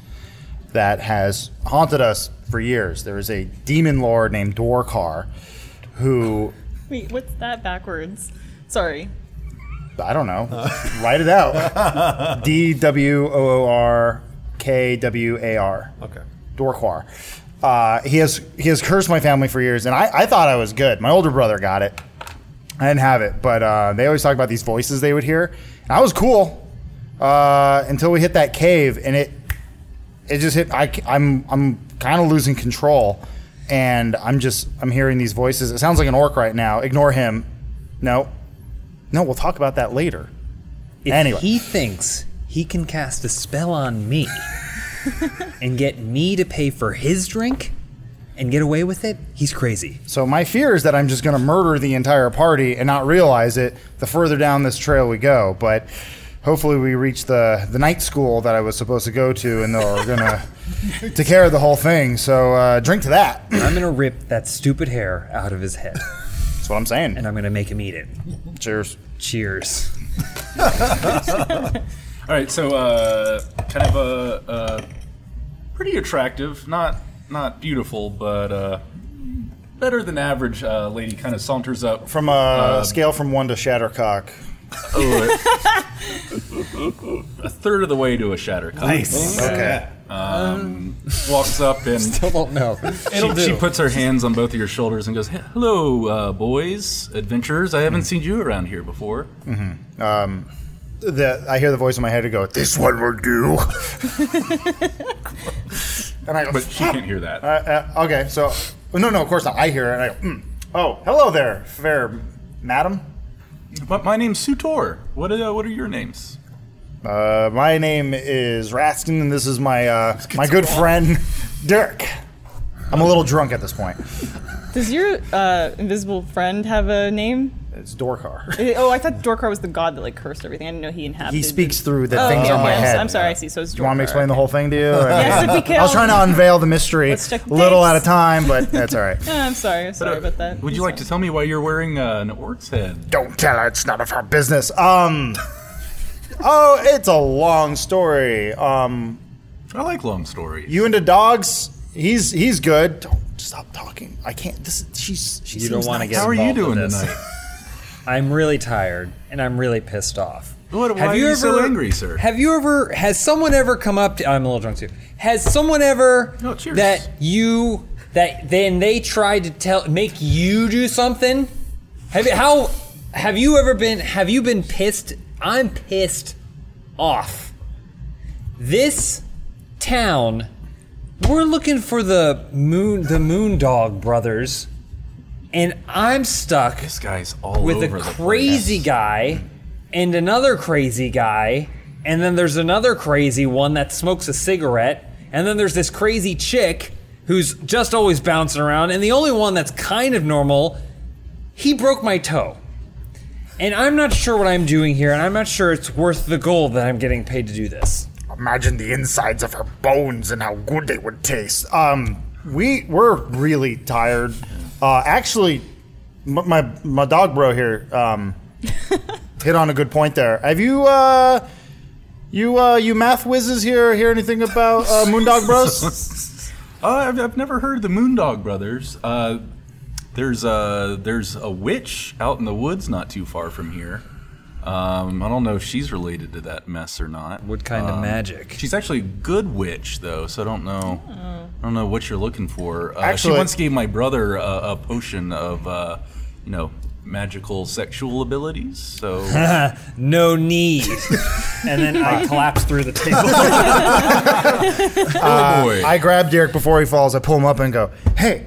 that has haunted us for years. There is a demon lord named Dwarkar who
Wait, what's that backwards? Sorry.
I don't know. Write it out. D W O O R K W A R.
Okay.
Dorquar. Uh, he has he has cursed my family for years, and I, I thought I was good. My older brother got it. I didn't have it, but uh, they always talk about these voices they would hear. And I was cool uh, until we hit that cave, and it it just hit. I, am I'm kind of losing control, and I'm just I'm hearing these voices. It sounds like an orc right now. Ignore him. No, no. We'll talk about that later.
If
Anyway.
he thinks he can cast a spell on me and get me to pay for his drink and get away with it, he's crazy.
So my fear is that I'm just going to murder the entire party and not realize it the further down this trail we go. But hopefully we reach the, the night school that I was supposed to go to and they're going to take care of the whole thing. So uh, drink to that.
I'm gonna rip that stupid hair out of his head
That's what I'm saying.
and uh, I'm gonna make him eat it.
Cheers.
Cheers.
All right, so uh, kind of a, a pretty attractive, not not beautiful, but uh, better than average uh, lady kind of saunters up.
From a scale from one to Shattercock.
Oh, a a third of the way to a shattercock.
Okay.
Walks up and
I don't know.
she, she puts her hands on both of your shoulders and goes, "Hello, uh, boys, adventurers. I haven't seen you around here before."
The, I hear the voice in my head to go, this one will do. and I go,
But she can't hear that.
uh, uh, okay, so no, no, of course not. I hear it and I go, mm. oh, hello there, fair madam.
But my name's Sutor. What are, what are your names?
Uh, my name is Raskin, and this is my uh, my good friend Dirk. I'm a little drunk at this point.
Does your uh, invisible friend have a name?
It's Dorkar.
Eh, Oh, I thought Dorkar was the god that like cursed everything. I didn't know he inhabited.
He speaks through the
Oh,
things
okay,
on my
I'm,
head.
I'm sorry, I see. So it's Dorkar.
Do you want me to explain the whole thing to you?
Yes, if we can.
I was trying to unveil the mystery,
Let's check the
little at
dates.
a time, but that's all right.
Oh, I'm sorry. I'm sorry about that.
Would you like to tell me why you're wearing uh, an orc's head?
Don't tell her; it's none of her business. Um, oh, it's a long story. Um,
I like long stories.
you into dogs? He's he's good. Don't stop talking. I can't. This she's she
You don't
seems
want to
nice.
get.
How are you
involved with
doing
this.
tonight?
I'm really tired and I'm really pissed off.
What- why are you so angry, sir?
Have you ever? Has someone ever come up? to... I'm a little drunk too. Has someone ever
No, cheers.
that you that then they tried to tell make you do something? Have you, how? Have you ever been? Have you been pissed? I'm pissed off. This town. We're looking for the moon, the Moondog brothers, and I'm stuck
This guy's all
with a
over the
crazy
place.
guy and another crazy guy and then there's another crazy one that smokes a cigarette and then there's this crazy chick who's just always bouncing around and the only one that's kind of normal he broke my toe and i'm not sure what i'm doing here and i'm not sure it's worth the gold that i'm getting paid to do this
Imagine the insides of her bones and how good they would taste. Um, we we're really tired. Uh, actually, m- my my dog bro here um, hit on a good point there. Have you uh, you uh, you math whizzes here hear anything about uh, Moondog Bros?
Uh, I've, I've never heard of the Moondog Brothers. Uh, there's a there's a witch out in the woods not too far from here. Um, I don't know if she's related to that mess or not.
what kind of magic
She's actually a good witch though, so I don't know. I don't know what you're looking for. Uh,
Actually-
she once gave my brother a, a potion of, uh, you know, magical sexual abilities. So
no need and then i collapse through the table
oh boy.
I grab Derek before he falls. I pull him up and go, "Hey,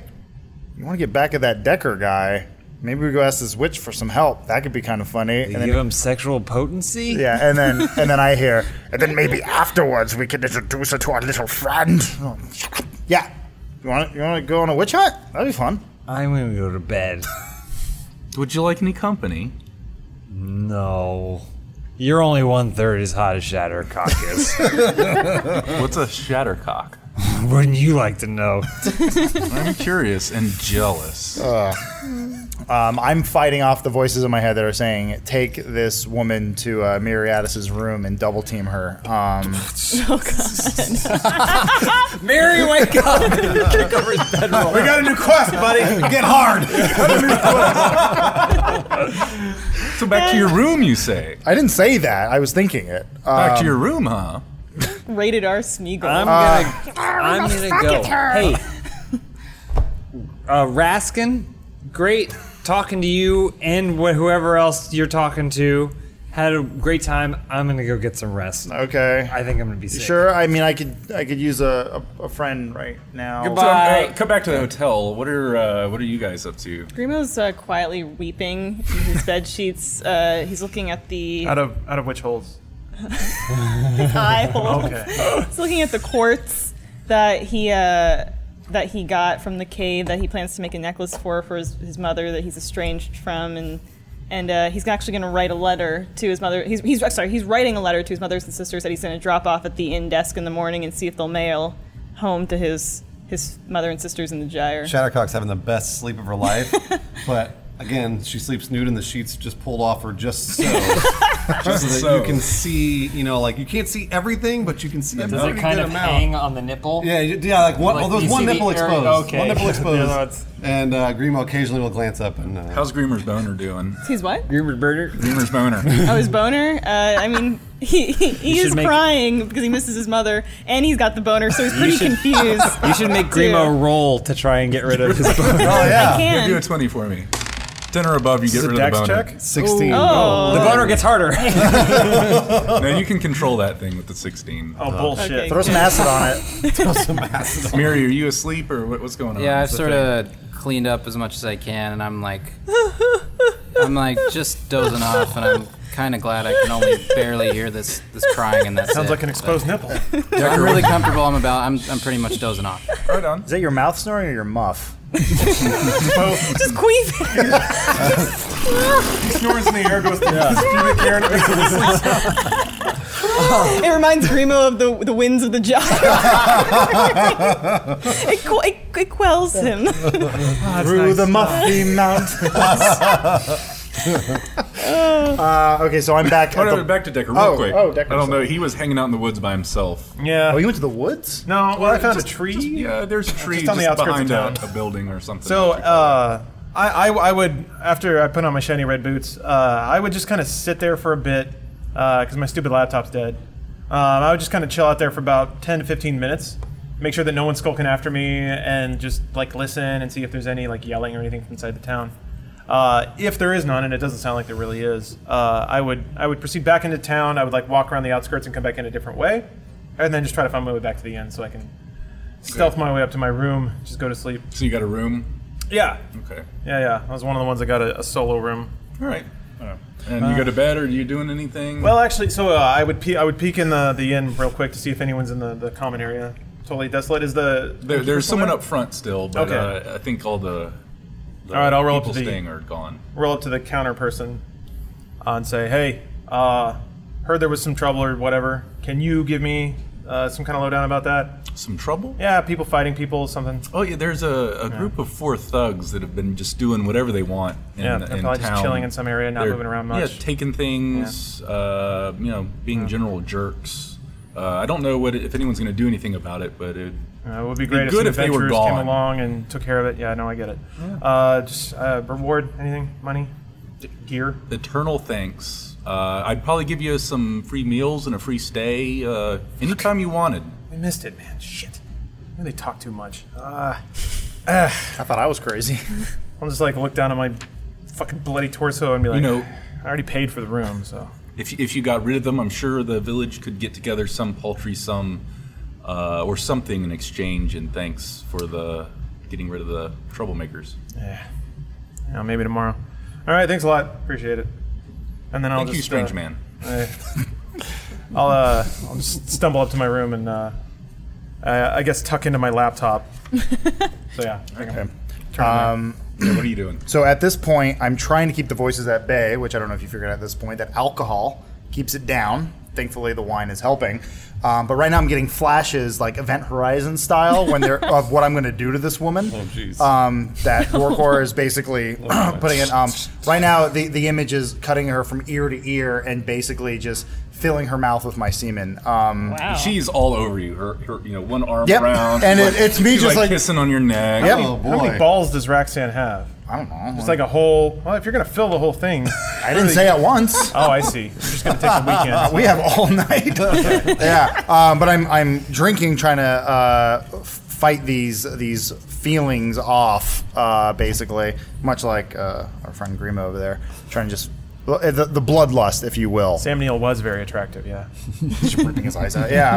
you want to get back at that Decker guy? Maybe we go ask this witch for some help. That could be kind of funny." And then
give him sexual potency
Yeah, and then and then I hear, and then maybe afterwards we can introduce her to our little friend. Yeah, you want you want to go on a witch hunt? That'd be fun.
i'm gonna go to bed
Would you like any company?
No. You're only one third as hot as Shattercock is.
What's a shattercock?
Wouldn't you like to know?
I'm curious and jealous.
Um, I'm fighting off the voices in my head that are saying, "Take this woman to uh, Miriadis's room and double team her." Um,
Mary, wake up! Kick over his bedroll.
We got a new quest, buddy. Get hard.
So back to your room, you say?
I didn't say that. I was thinking it. Uh,
Back to your room, huh?
Rated R Smeagol.
I'm gonna, I'm gonna go. Hey, uh, Raskin, great talking to you and wh- whoever else you're talking to. Had a great time. I'm gonna go get some rest.
okay.
I think I'm gonna be sick.
Sure. I mean, I could I could use a, a, a friend right now.
So,
Goodbye.
uh,
Bye.
come back to the hotel. What are uh, what are you guys up to?
Grimo's uh, quietly weeping in his bed sheets. Uh, he's looking at the
Out of out of which holes?
eye hole.
Okay.
He's looking at the quartz that he uh, that he got from the cave that he plans to make a necklace for for his, his mother that he's estranged from, and and uh, he's actually going to write a letter to his mother. He's, he's sorry, he's writing a letter to his mothers and sisters that he's going to drop off at the inn desk in the morning and see if they'll mail home to his his mother and sisters in the gyre.
Shattercock's having the best sleep of her life, but again, she sleeps nude and the sheets just pulled off her just so, just so that
So.
you can see. You know, like you can't see everything, but you can see a
Does it
pretty
kind
good
of
amount.
hang on the nipple?
Yeah, you- yeah, like one.
Like,
oh, there was
you
one
see the
nipple
area-
exposed.
okay.
One nipple
The
exposed.
other one's-
and uh, Grimo occasionally will glance up and. Uh,
How's Groomer's boner doing?
He's what?
Groomer Burner.
Groomer's boner.
Oh, his boner? Uh, I mean, he, he, he
You
is
should make-
crying because he misses his mother, and he's got the boner, so he's pretty
should-
confused.
You should make Grimo roll to try and get rid of his boner.
oh
I
yeah,
Do a
can.
twenty for me. Ten or above, you get rid of the
Dex
boner.
check.
sixteen.
Oh.
the boner gets harder.
Now you can control that thing with the sixteen.
Oh bullshit.
Okay.
Throw some acid on it.
Miri, are you asleep or what, what's going on?
Yeah, I've
What's the
sort
thing?
of cleaned up as much as I can, and I'm like, I'm like just dozing off, and I'm kind of glad I can only barely hear this this crying, and that's
Sounds
it.
like an exposed nipple.
So I'm really comfortable. I'm about. I'm I'm pretty much dozing off.
Right on.
Is that your mouth snoring or your muff?
Just queefing.
Snores in the air, goes through his pubic hair, and it makes a
it reminds Grimo of the the winds of the gyre. it, qu- it, it quells him.
Through the muffy mountains. uh, okay, so I'm back.
Oh,
at
no,
the-
back to Decker real
Oh,
quick.
oh, Decker,
I don't know.
sorry.
He was hanging out in the woods by himself.
Yeah.
oh, you went to the woods?
No, well, I found
Just-
a tree.
just- yeah, there's a tree
Just on the outskirts of
behind a-
town.
A, building or something.
So, uh, I, I, I would, after I put on my shiny red boots, uh, I would just kind of sit there for a bit, because my stupid laptop's dead. Um, I would just kind of chill out there for about 10 to 15 minutes, make sure that no one's skulking after me, and just, like, listen and see if there's any, like, yelling or anything from inside the town. Uh, if there is none, and it doesn't sound like there really is, uh, I would I would proceed back into town. I would like walk around the outskirts and come back in a different way, and then just try to find my way back to the end so I can stealth my way up to my room, just go to sleep.
so you got a room.
Yeah,
Okay.
yeah, yeah. I was one of the ones that got a, a solo room.
All right. And you go to bed, or are you doing anything?
Uh, Well, actually, so uh, I would pe- I would peek in the, the inn real quick to see if anyone's in the, the common area. Totally desolate is the.
there, there's someone up front still, but
Okay.
uh, I think all the, the
All right, I'll roll up
people
to the-
staying are gone.
Roll up to the counter person, uh, and say, "Hey, uh, heard there was some trouble or whatever. Can you give me uh, some kind of lowdown about that?
Some trouble?
Yeah, people fighting people, something.
Oh yeah, there's a, a group of four thugs that have been just doing whatever they want. In,
Yeah, they're
in
probably just
town.
chilling in some area, not moving around much.
Yeah, taking things. Uh, you know, being general jerks. Uh, I don't know what if anyone's going to do anything about it, but it,
Uh, it would be great if
good
some
if they were
adventurers came
gone.
along and took care of it. Yeah, no, I get it. Uh, just uh, reward, anything, money, D- gear.
eternal thanks. Uh, I'd probably give you some free meals and a free stay uh, anytime you wanted.
We missed it, man. Shit. Maybe They talk too much. Ah.
I thought I was crazy.
I'll just like look down at my fucking bloody torso and be like,
You know,
I already paid for the room, so.
If, if you got rid of them, I'm sure the village could get together some paltry sum uh, or something in exchange and thanks for the getting rid of the troublemakers.
You know, maybe tomorrow. All right, thanks a lot. Appreciate it. And then I'll
Thank
just
you, strange
uh,
man.
I'll uh, I'll just stumble up to my room and uh, I, I guess tuck into my laptop. so yeah. I think I'm-
Um,
Yeah, what are you doing?
So at this point, I'm trying to keep the voices at bay, which I don't know if you figured out at this point that alcohol keeps it down. Thankfully, the wine is helping. Um, but right now, I'm getting flashes like Event Horizon style when they're of what I'm going to do to this woman. Oh,
jeez.
Um, that Gorkor is basically putting it. Um, right now, the the image is cutting her from ear to ear and basically just filling her mouth with my semen. Um,
Wow.
She's all over you. Her, her you know, one arm
Yep.
around.
And
she's
it- it's me
she's
just like-
kissing on your neck.
Yep.
Oh
How many
boy.
balls does Raxan have?
I don't know.
It's like a whole. Well, if you're gonna fill the whole thing.
I didn't say it once.
Oh, I see. You're just gonna take the
Uh,
weekend.
we have all night. yeah, um, but I'm I'm drinking, trying to uh, f- fight these these feelings off, uh, basically, much like uh, our friend Grima over there, trying to just eh, the, the bloodlust, if you will.
Sam Neill was very attractive. Yeah.
Just ripping his eyes out. Yeah.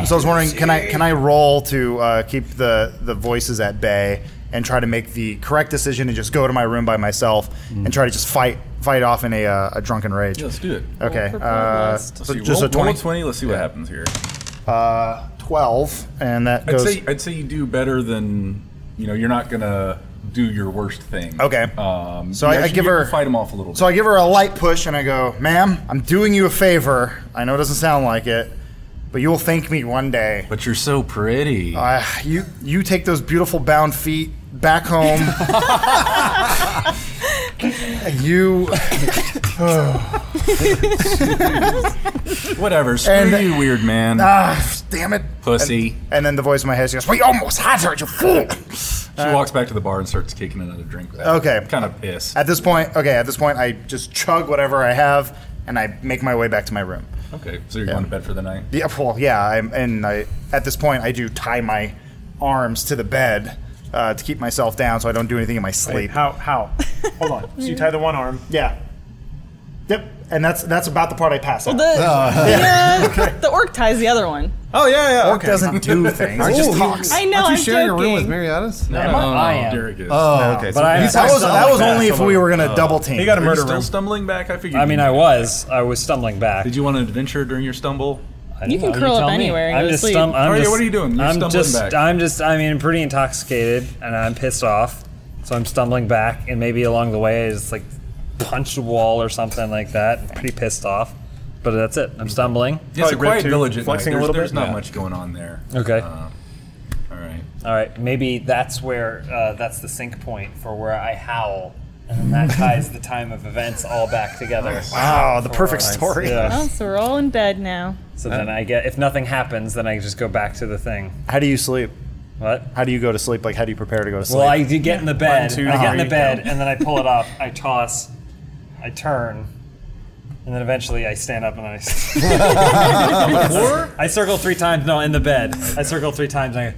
Um, so I was wondering, can I can I roll to uh, keep the the voices at bay and try to make the correct decision and just go to my room by myself and try to just fight fight off in a, uh, a drunken rage?
Let's do it.
Okay.
for
Uh,
bloodlust.
so
See,
just
roll,
a twenty.
Roll a 20. Let's see what happens here.
Uh, Twelve, and that
I'd
goes.
say I'd say you do better than you know. You're not gonna do your worst thing.
Okay.
Um,
So
you
I- I
actually
give
get to
her-
fight him off a little.
So I give her a light push and I go, ma'am, I'm doing you a favor. I know it doesn't sound like it, but you will thank me one day.
but you're so pretty.
Uh, you you take those beautiful bound feet back home. you
Whatever. Screw
and-
you, weird man.
ah damn it.
Pussy.
And then the voice in my head goes, We almost had her, you fool.
she walks back to the bar and starts kicking another drink. Back.
uh, Okay.
Kind of pissed.
At this point, okay, at this point I just chug whatever I have and I make my way back to my room.
Okay. So you're going to bed for the night.
Yeah, well, yeah, I'm, and I, at this point, I do tie my arms to the bed uh, to keep myself down so I don't do anything in my
Wait,
sleep.
how? How? Hold on. So you tie the one arm.
yeah. Yep, and that's that's about the part I
Oh.
pass out.
The, yeah, the orc ties the other one.
Oh yeah, yeah.
Orc doesn't do things. it just talks.
I know.
Aren't you
I'm
sharing
joking.
a room with Mariatas?
No, no,
I am.
Derek is.
Oh, okay. So
But I-
he's
that was,
still
that
like
was only if
so
we were going to double team.
You got a
Are you
murder
still
room.
stumbling back? I figured.
I
you
mean,
did.
I was. I was stumbling back.
Did you want an adventure during your stumble?
I don't
can
know,
curl up
tell me.
anywhere and
I'm
go to
just
sleep.
stum- I'm
Arya,
just-
what are you doing? You're
I'm
stumbling
just.
back.
I'm just. I mean, I'm pretty intoxicated, and I'm pissed off, so I'm stumbling back, and maybe along the way, I just like punch a wall or something like that. I'm pretty pissed off, but that's it. I'm stumbling.
It's a
Probably
quiet
rip two,
village at night.
flexing a
There's,
little bit.
there's not
Yeah.
much going on there.
Okay.
Uh, all right.
All right. Maybe that's where. Uh, that's the sync point for where I howl, and then that ties the time of events all back together.
Wow, the perfect story.
Yeah.
Oh, so we're all in bed now.
So then I get. If nothing happens, then I just go back to the thing.
How do you sleep?
What?
How do you go to sleep? Like, how do you prepare to go to sleep?
Well, I do get in the bed.
two,
I get in the
three.
bed, and then I pull it up. I toss. I turn. And then eventually I stand up and I. I circle three times. No, in the bed. I circle three times. And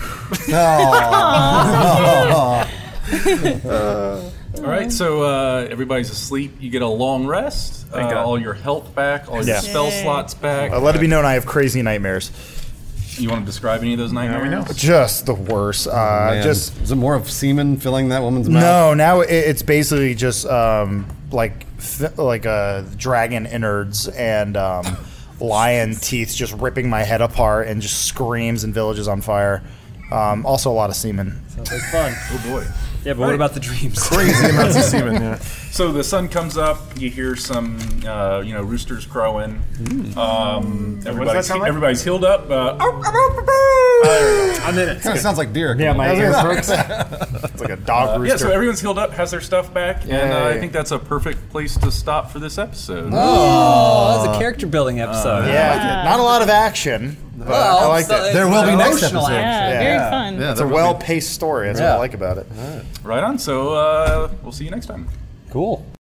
Oh,
All right. So uh, everybody's asleep. You get a long rest. uh,
God.
All your health back. All your
Yeah.
spell
Yay.
slots back.
Uh, let it be known I have crazy nightmares.
You want to describe any of those nightmares?
we know.
Just the worst. Uh,
Man.
just
is it more of semen filling that woman's mouth?
No, now it, it's basically just um, like f- like uh, dragon innards and um, lion teeth just ripping my head apart and just screams and villages on fire. Um, also, a lot of semen.
Sounds like fun.
Oh boy.
Yeah, but what about the dreams?
So the sun comes up. You hear some, uh, you know, roosters crowing. Um, everybody's,
sound like?
everybody's healed up. Uh,
I'm in it.
Kind of sounds like deer.
Yeah, my ears Uh, hurts.
It's like a dog
yeah,
rooster.
so everyone's healed up, has their stuff back, and uh, I
Yay.
think that's a perfect place to stop for this episode.
Oh, that's a character building episode.
yeah, not a lot of action, but I like that.
There will be next episode.
Yeah,
Yeah.
very fun.
Yeah,
It's a well-paced story. That's what I like about it.
Right on. So uh, we'll see you next time.
Cool.